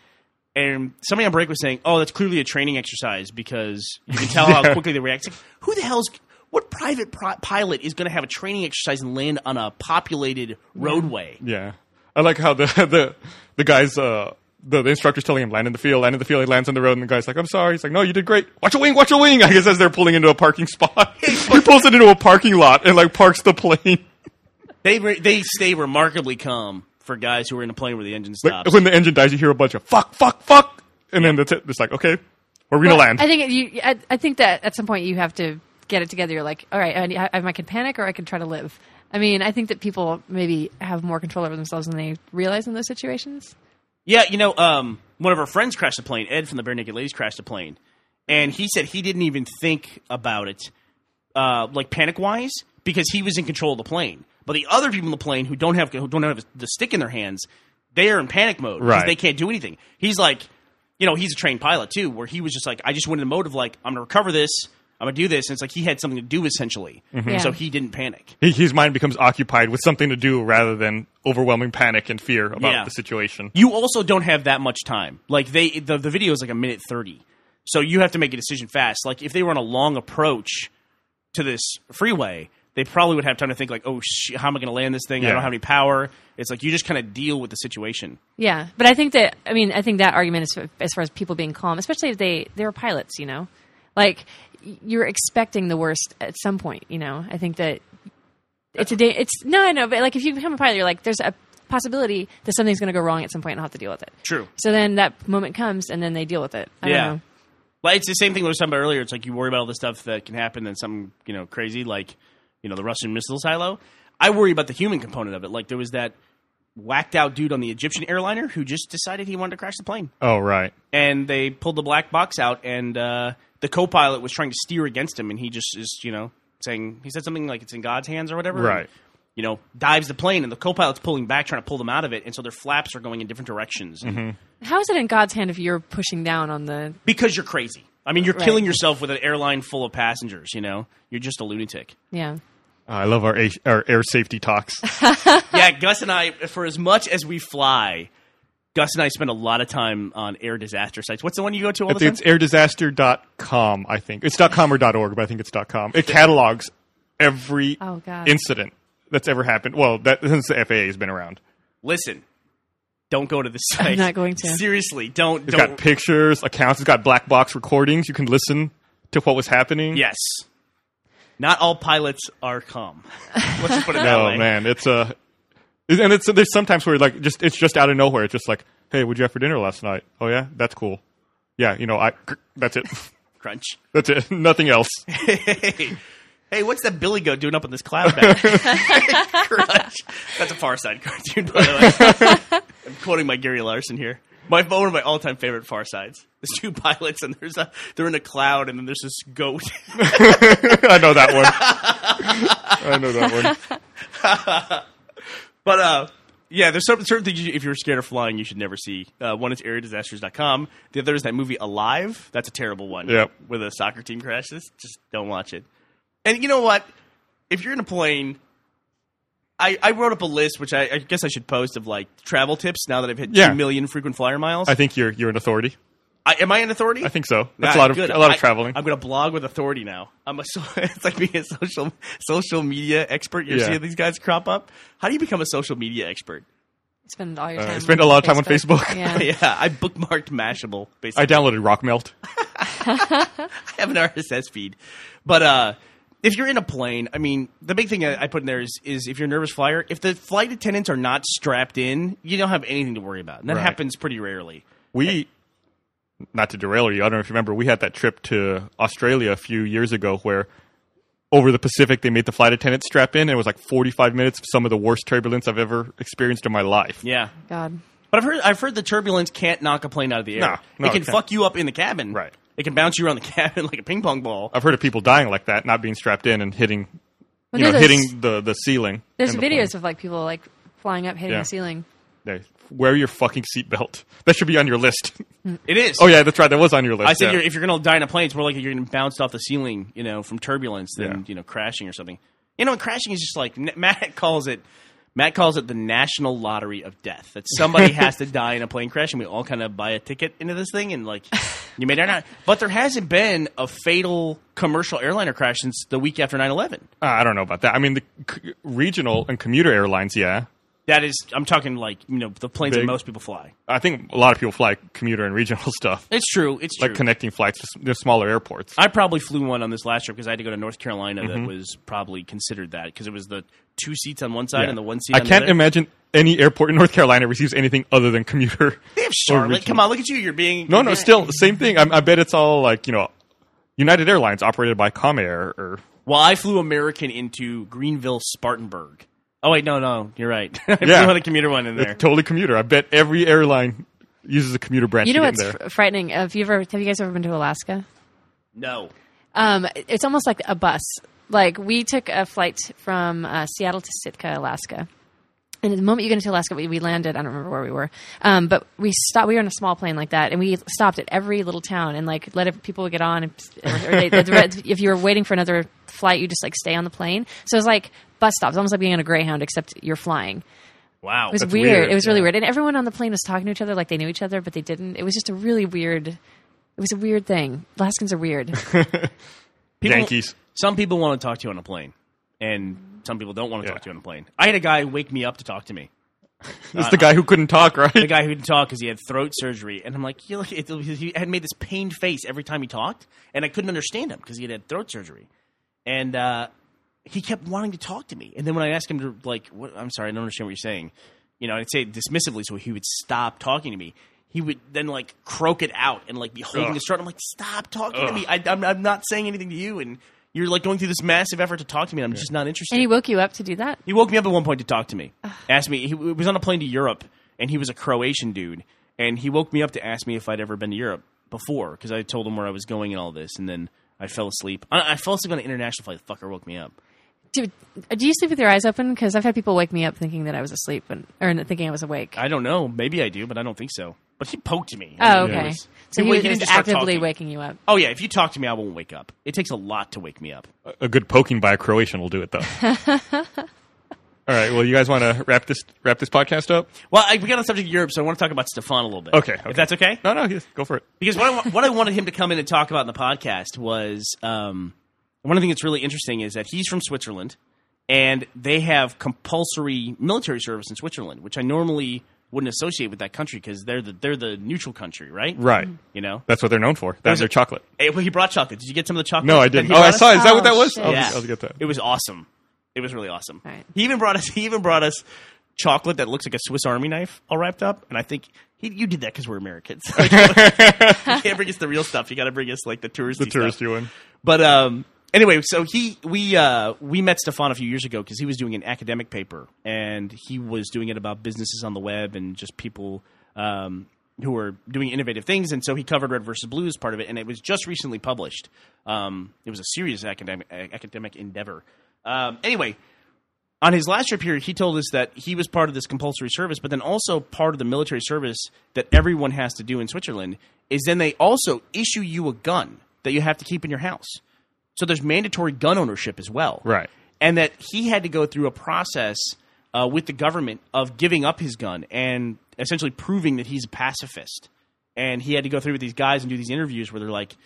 And somebody on break was saying, oh, that's clearly a training exercise because you can tell how quickly they react. It's like, who the hell's, what private pro- pilot is going to have a training exercise and land on a populated roadway? Yeah, I like how the the the guys. Uh, the, the instructor's telling him land in the field, land in the field. He lands on the road, and the guy's like, "I'm sorry." He's like, "No, you did great. Watch your wing, watch your wing." I guess as they're pulling into a parking spot, he pulls it into a parking lot and like parks the plane. They re- they stay remarkably calm for guys who are in a plane where the engine Like, stops. when the engine dies, you hear a bunch of fuck, fuck, fuck, and then that's it. It's like, okay, where are we gonna Well, land? I think it- you. I, I think that at some point you have to get it together. You're like, all right, I, I, I can panic or I can try to live. I mean, I think that people maybe have more control over themselves than they realize in those situations. yeah, you know, um, one of our friends crashed a plane. Ed from the Bare Naked Ladies crashed a plane, and he said he didn't even think about it, uh, like panic wise, because he was in control of the plane. But the other people in the plane who don't have who don't have the stick in their hands, they are in panic mode because Right. they can't do anything. He's like, you know, he's a trained pilot too, where he was just like, I just went in the mode of like, I'm gonna recover this. I'm gonna do this, and it's like he had something to do essentially, Yeah. so he didn't panic. He- His mind becomes occupied with something to do rather than overwhelming panic and fear about Yeah. the situation. you also don't have that much time. Like they, the, the video is like a minute thirty, so you have to make a decision fast. Like if they were on a long approach to this freeway, they probably would have time to think like, oh, sh- how am I going to land this thing? I Yeah. don't have any power. It's like you just kind of deal with the situation. Yeah, but I think that I mean I think that argument is as far as people being calm, especially if they they were pilots, you know, like y- you're expecting the worst at some point, you know. I think that it's a day. It's no, I know, but like if you become a pilot, you're like there's a possibility that something's going to go wrong at some point, and I'll have to deal with it. True. So then that moment comes, and then they deal with it. I yeah. don't know. Like it's the same thing we were talking about earlier. It's like you worry about all the stuff that can happen, then something you know crazy, like you know the Russian missile silo. I worry about the human component of it. Like there was that whacked out dude on the Egyptian airliner who just decided he wanted to crash the plane. Oh, right. and they pulled the black box out, and uh, the co-pilot was trying to steer against him, and he just is, you know, saying he said something like it's in God's hands or whatever, Right. and, you Mm-hmm. know, dives the plane, and the co-pilot's pulling back, trying to pull them out of it, and so their flaps are going in different directions. And How is it in God's hand if you're pushing down on the? because you're crazy. I mean, you're Right. killing yourself with an airline full of passengers. You know, you're just a lunatic. Yeah, I love our air, our air safety talks. yeah, Gus and I, for as much as we fly, Gus and I spend a lot of time on air disaster sites. What's the one you go to all I the think it's time? airdisaster.com, I think. It's .com or .org, but I think it's .com. It catalogs every Oh, God. incident that's ever happened. Well, that since the FAA has been around. Listen, don't go to this site. not going to. Seriously, don't. It's don't. got pictures, accounts, it's got black box recordings. You can listen to what was happening. yes. Not all pilots are calm. Let's just put it that No, way. Oh, man, it's a and it's there's sometimes where like just it's just out of nowhere. It's just like, "Hey, what'd you have for dinner last night?" "Oh yeah, that's cool." Yeah, you know, I that's it. Crunch. That's it. Nothing else. Hey, hey, what's that Billy Goat doing up in this cloud back? there? Crunch. That's a Far Side cartoon, by the way. I'm quoting my Gary Larson here. My one of my all time favorite Far Sides. There's two pilots, and there's a they're in a cloud, and then there's this goat. I know that one. I know that one. But uh, yeah, there's certain, certain things you, if you're scared of flying, you should never see. Uh, one is airdisasters.com. The other is that movie Alive. That's a terrible one. Yep. Where the soccer team crashes. Just don't watch it. And you know what? If you're in a plane, I, I wrote up a list, which I, I guess I should post of like travel tips. Now that I've hit Yeah. two million frequent flyer miles, I I, think you're you're an authority. am I an authority? I think so. That's a lot of a lot of traveling. I, am going to blog with authority now. I'm a so, it's like being a social social media expert. You're Yeah. seeing these guys crop up. How do you become a social media expert? spend all your Uh, time. spend a lot of time on Facebook. Yeah. yeah, I bookmarked Mashable. Basically, I downloaded Rockmelt. I have an RSS feed. But uh, if you're in a plane, I mean, the big thing I, I put in there is, is if you're a nervous flyer, if the flight attendants are not strapped in, you don't have anything to worry about. And that Right. happens pretty rarely. We, not to derail you, I don't know if you remember, we had that trip to Australia a few years ago where over the Pacific they made the flight attendants strap in and it was like 45 minutes of some of the worst turbulence I've ever experienced in my life. Yeah. God. But I've heard I've heard the turbulence can't knock a plane out of the air. No, no, it can it can't. fuck you up in the cabin. Right. Uh, It can bounce you around the cabin like a ping pong ball. I've heard of people dying like that, not being strapped in and hitting, Well, you know, there's those- hitting the, the ceiling. There's in the videos of like people like flying up, hitting Yeah. the ceiling. plane. Yeah. Wear your fucking seatbelt. That should be on your list. It is. oh yeah, that's right. That was on your list. I said yeah. you're, if you're going to die in a plane, it's more like you're getting bounced off the ceiling, you know, from turbulence than Yeah. you know crashing or something. You know, and crashing is just like N- Matt calls it. Matt calls it the national lottery of death. That somebody has to die in a plane crash, and we all kind of buy a ticket into this thing, and like you may not. But there hasn't been a fatal commercial airliner crash since the week after 9-11. Uh, I don't know about that. I mean, the c- regional and commuter airlines, yeah. That is, I'm talking like you know the planes that Big. most people fly. I think a lot of people fly commuter and regional stuff, It's true. It's true. like connecting flights to s- their smaller airports. I probably flew one on this last trip because I had to go to North Carolina. That Mm-hmm. was probably considered that because it was the two seats on one side Yeah. and the one seat. I on can't the other. imagine any airport in North Carolina receives anything other than commuter. They have Charlotte. Come on, look at you. You're being No, no, still same thing. I, I bet it's all like you know, United Airlines operated by Comair or Well, I flew American into Greenville Spartanburg. Oh wait, no, no, you're right. I Yeah. flew on a commuter one in there. it's totally commuter. I bet every airline uses a commuter branch. You know to what's get in there. fr- frightening? Have you ever? Have you guys ever been to Alaska? No, Um, it's almost like a bus. Like we took a flight from uh, Seattle to Sitka, Alaska. And at the moment you get into Alaska, we, we landed. I don't remember where we were, um, but we stopped. We were in a small plane like that, and we stopped at every little town and like let it, people get on. And, or they, the- if you were waiting for another flight, you just like stay on the plane. So it's like bus stops, almost like being on a Greyhound, except you're flying. wow. It was weird. It was really weird. And everyone on the plane was talking to each other like they knew each other, but they didn't. It was just a really weird. It was a weird thing. Alaskans are weird. People- Yankees. Some people want to talk to you on a plane, and some people don't want to Yeah. talk to you on a plane. I had a guy wake me up to talk to me. It's the guy who couldn't talk, right? the guy who didn't talk because he had throat surgery, and I'm like, you look, it, he had made this pained face every time he talked, and I couldn't understand him because he had had throat surgery, and uh, he kept wanting to talk to me, and then when I asked him to like, what, I'm sorry, I don't understand what you're saying, you know, I'd say it dismissively, so he would stop talking to me. He would then like croak it out and like be holding Ugh. his throat. I'm like, stop talking to me. I, I'm, I'm not saying anything to you, and you're like going through this massive effort to talk to me, and I'm just not interested. And he woke you up to do that? He woke me up at one point to talk to me. Asked me. He w- was on a plane to Europe, and he was a Croatian dude. And he woke me up to ask me if I'd ever been to Europe before, because I told him where I was going and all this. And then I fell asleep. I, I fell asleep on an international flight. The fucker woke me up. Do, do you sleep with your eyes open? Because I've had people wake me up thinking that I was asleep and or thinking I was awake. I don't know. Maybe I do, but I don't think so. but he poked me. Oh, He okay. was- So he, wa- was didn't just start actively talking. waking you up. Oh yeah, if you talk to me, I won't wake up. It takes a lot to wake me up. A good poking by a Croatian will do it, though. All right. Well, you guys want to wrap this wrap this podcast up? Well, I, we got on the subject of Europe, so I want to talk about Stefan a little bit. Okay, okay. if that's okay. No, no. Yes, go for it. Because what I, wa- what I wanted him to come in and talk about in the podcast was um, one of the things that's really interesting is that he's from Switzerland, and they have compulsory military service in Switzerland, which I normally wouldn't associate with that country because they're the they're the neutral country, right? Right. You know. That's what they're known for. That's a- their chocolate. Hey, well, he brought chocolate. Did you get some of the chocolate? No, I that didn't. he Oh, I brought us? saw. it. Is that what that Oh, was? shit. I'll, Yeah. I'll get that. It was awesome. It was really awesome. Right. He even brought us. He even brought us chocolate that looks like a Swiss Army knife, all wrapped up. And I think he, you did that because we're Americans. you can't bring us the real stuff. You got to bring us like the touristy. The stuff. touristy one. But um, anyway, so he we uh, we met Stefan a few years ago because he was doing an academic paper and he was doing it about businesses on the web and just people um, who are doing innovative things. And so he covered Red versus Blue as part of it, and it was just recently published. Um, it was a serious academic academic endeavor. Um, anyway, on his last trip here, he told us that he was part of this compulsory service, but then also part of the military service that everyone has to do in Switzerland is then they also issue you a gun that you have to keep in your house. So there's mandatory gun ownership as well. Right. And that he had to go through a process uh, with the government of giving up his gun and essentially proving that he's a pacifist. And he had to go through with these guys and do these interviews where they're like,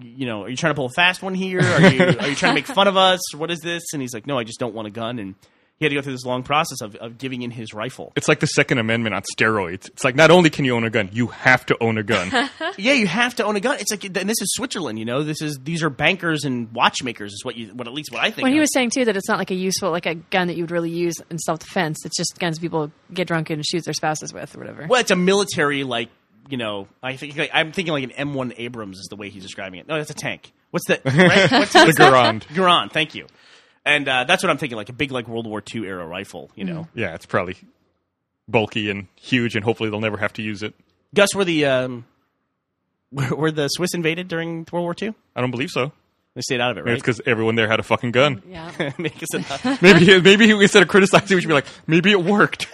you know, are you trying to pull a fast one here? Are you are you trying to make fun of us? What is this? And he's like, no, I just don't want a gun. And he had to go through this long process of, of giving in his rifle. It's like the Second Amendment on steroids. It's like not only can you own a gun, you have to own a gun. yeah, you have to own a gun. It's like, and this is Switzerland, you know. This is these are bankers and watchmakers is what you, what at least what I think. When he of. was saying too that it's not like a useful like a gun that you would really use in self defense. It's just guns people get drunk and shoot their spouses with or whatever. well, it's a military like you know. I think like, I'm thinking like an M1 Abrams is the way he's describing it. No, that's a tank. What's that? Right? What's the Garand. Garand, thank you. And uh, that's what I'm thinking, like a big like World War II era rifle, you know. Yeah, it's probably bulky and huge, and hopefully they'll never have to use it. Gus, were the um, were, were the Swiss invaded during World War II? I don't believe so. They stayed out of it, Maybe it's right? because everyone there had a fucking gun. Yeah. Make us a- Maybe, maybe instead of criticizing, we should be like, maybe it worked.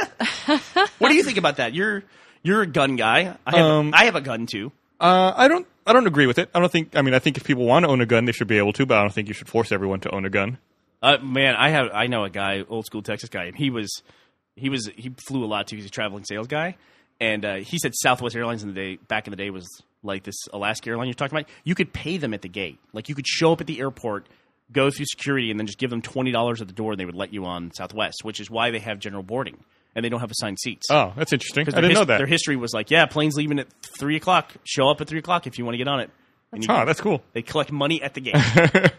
what do you think about that? You're you're a gun guy. I have, Um, I have a gun too. Uh, I don't. I don't agree with it. I don't think. I mean, I think if people want to own a gun, they should be able to. But I don't think you should force everyone to own a gun. Uh, man, I have I know a guy, old school Texas guy, and he was he was he flew a lot too. He's a traveling sales guy, and uh, he said Southwest Airlines in the day back in the day was like this Alaska airline you're talking about. You could pay them at the gate, like you could show up at the airport, go through security, and then just give them twenty dollars at the door, and they would let you on Southwest, which is why they have general boarding and they don't have assigned seats. Oh, that's interesting. I their didn't his- know that. Their history was like, yeah, planes leaving at three o'clock. Show up at three o'clock if you want to get on it. And you Huh, that's cool. they collect money at the gate.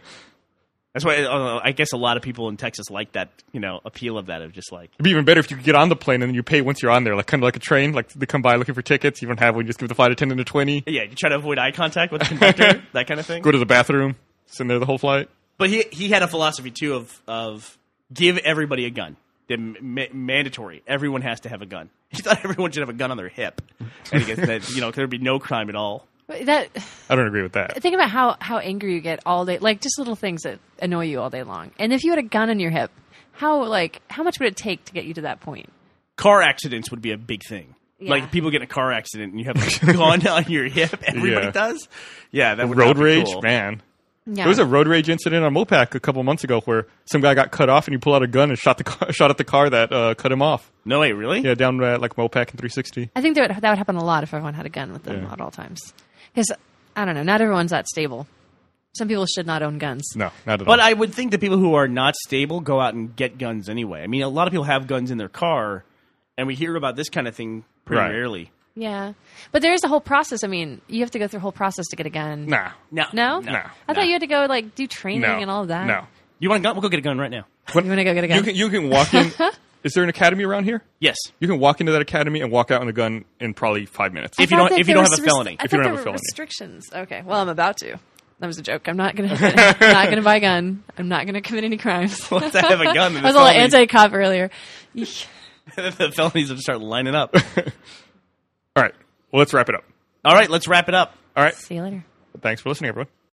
That's why uh, I guess a lot of people in Texas like that, you know, appeal of that of just like It'd be even better if you could get on the plane and then you pay once you're on there, like kind of like a train. Like they come by looking for tickets. You don't have one. You just give the flight attendant a twenty. yeah, you try to avoid eye contact with the conductor, that kind of thing. Go to the bathroom. Sit there the whole flight. But he he had a philosophy too of of give everybody a gun. The ma- mandatory. Everyone has to have a gun. He thought everyone should have a gun on their hip. And he guess that you know there'd be no crime at all. But that I don't agree with that. think about how how angry you get all day, like just little things that annoy you all day long. And if you had a gun in your hip, how like how much would it take to get you to that point? Car accidents would be a big thing. Yeah. Like people get in a car accident and you have a gun on your hip. Everybody Yeah. does. Yeah, that would not Road be rage, cool. man. Yeah. There was a road rage incident on Mopac a couple months ago where some guy got cut off and he pulled out a gun and shot the car, shot at the car that uh, cut him off. No way, really? Yeah, down at like Mopac and 360. I think that would, that would happen a lot if everyone had a gun with them at all times. Because I don't know, not everyone's that stable. Some people should not own guns. No, not at But all. I would think that people who are not stable go out and get guns anyway. I mean, a lot of people have guns in their car, and we hear about this kind of thing pretty Right. rarely. Yeah, but there is a whole process. I mean, you have to go through a whole process to get a gun. nah, No, No? no. I thought you had to go like do training no, and all of that. No, You want a gun? We'll go get a gun right now. You want to go get a gun? you can you can walk in. is there an academy around here? Yes. You can walk into that academy and walk out with a gun in probably five minutes. I if you thought don't- that if you there don't was have a felony. I If you don't thought there have a were felony. restrictions. Okay. Well, I'm about to. That was a joke. I'm not gonna. I'm not gonna buy a gun. I'm not gonna commit any crimes. I Once I have a gun, then the, was all felonies, anti-cop earlier. the felonies will start lining up. all right, well let's wrap it up. All right, let's wrap it up. All right, See you later. thanks for listening, everyone.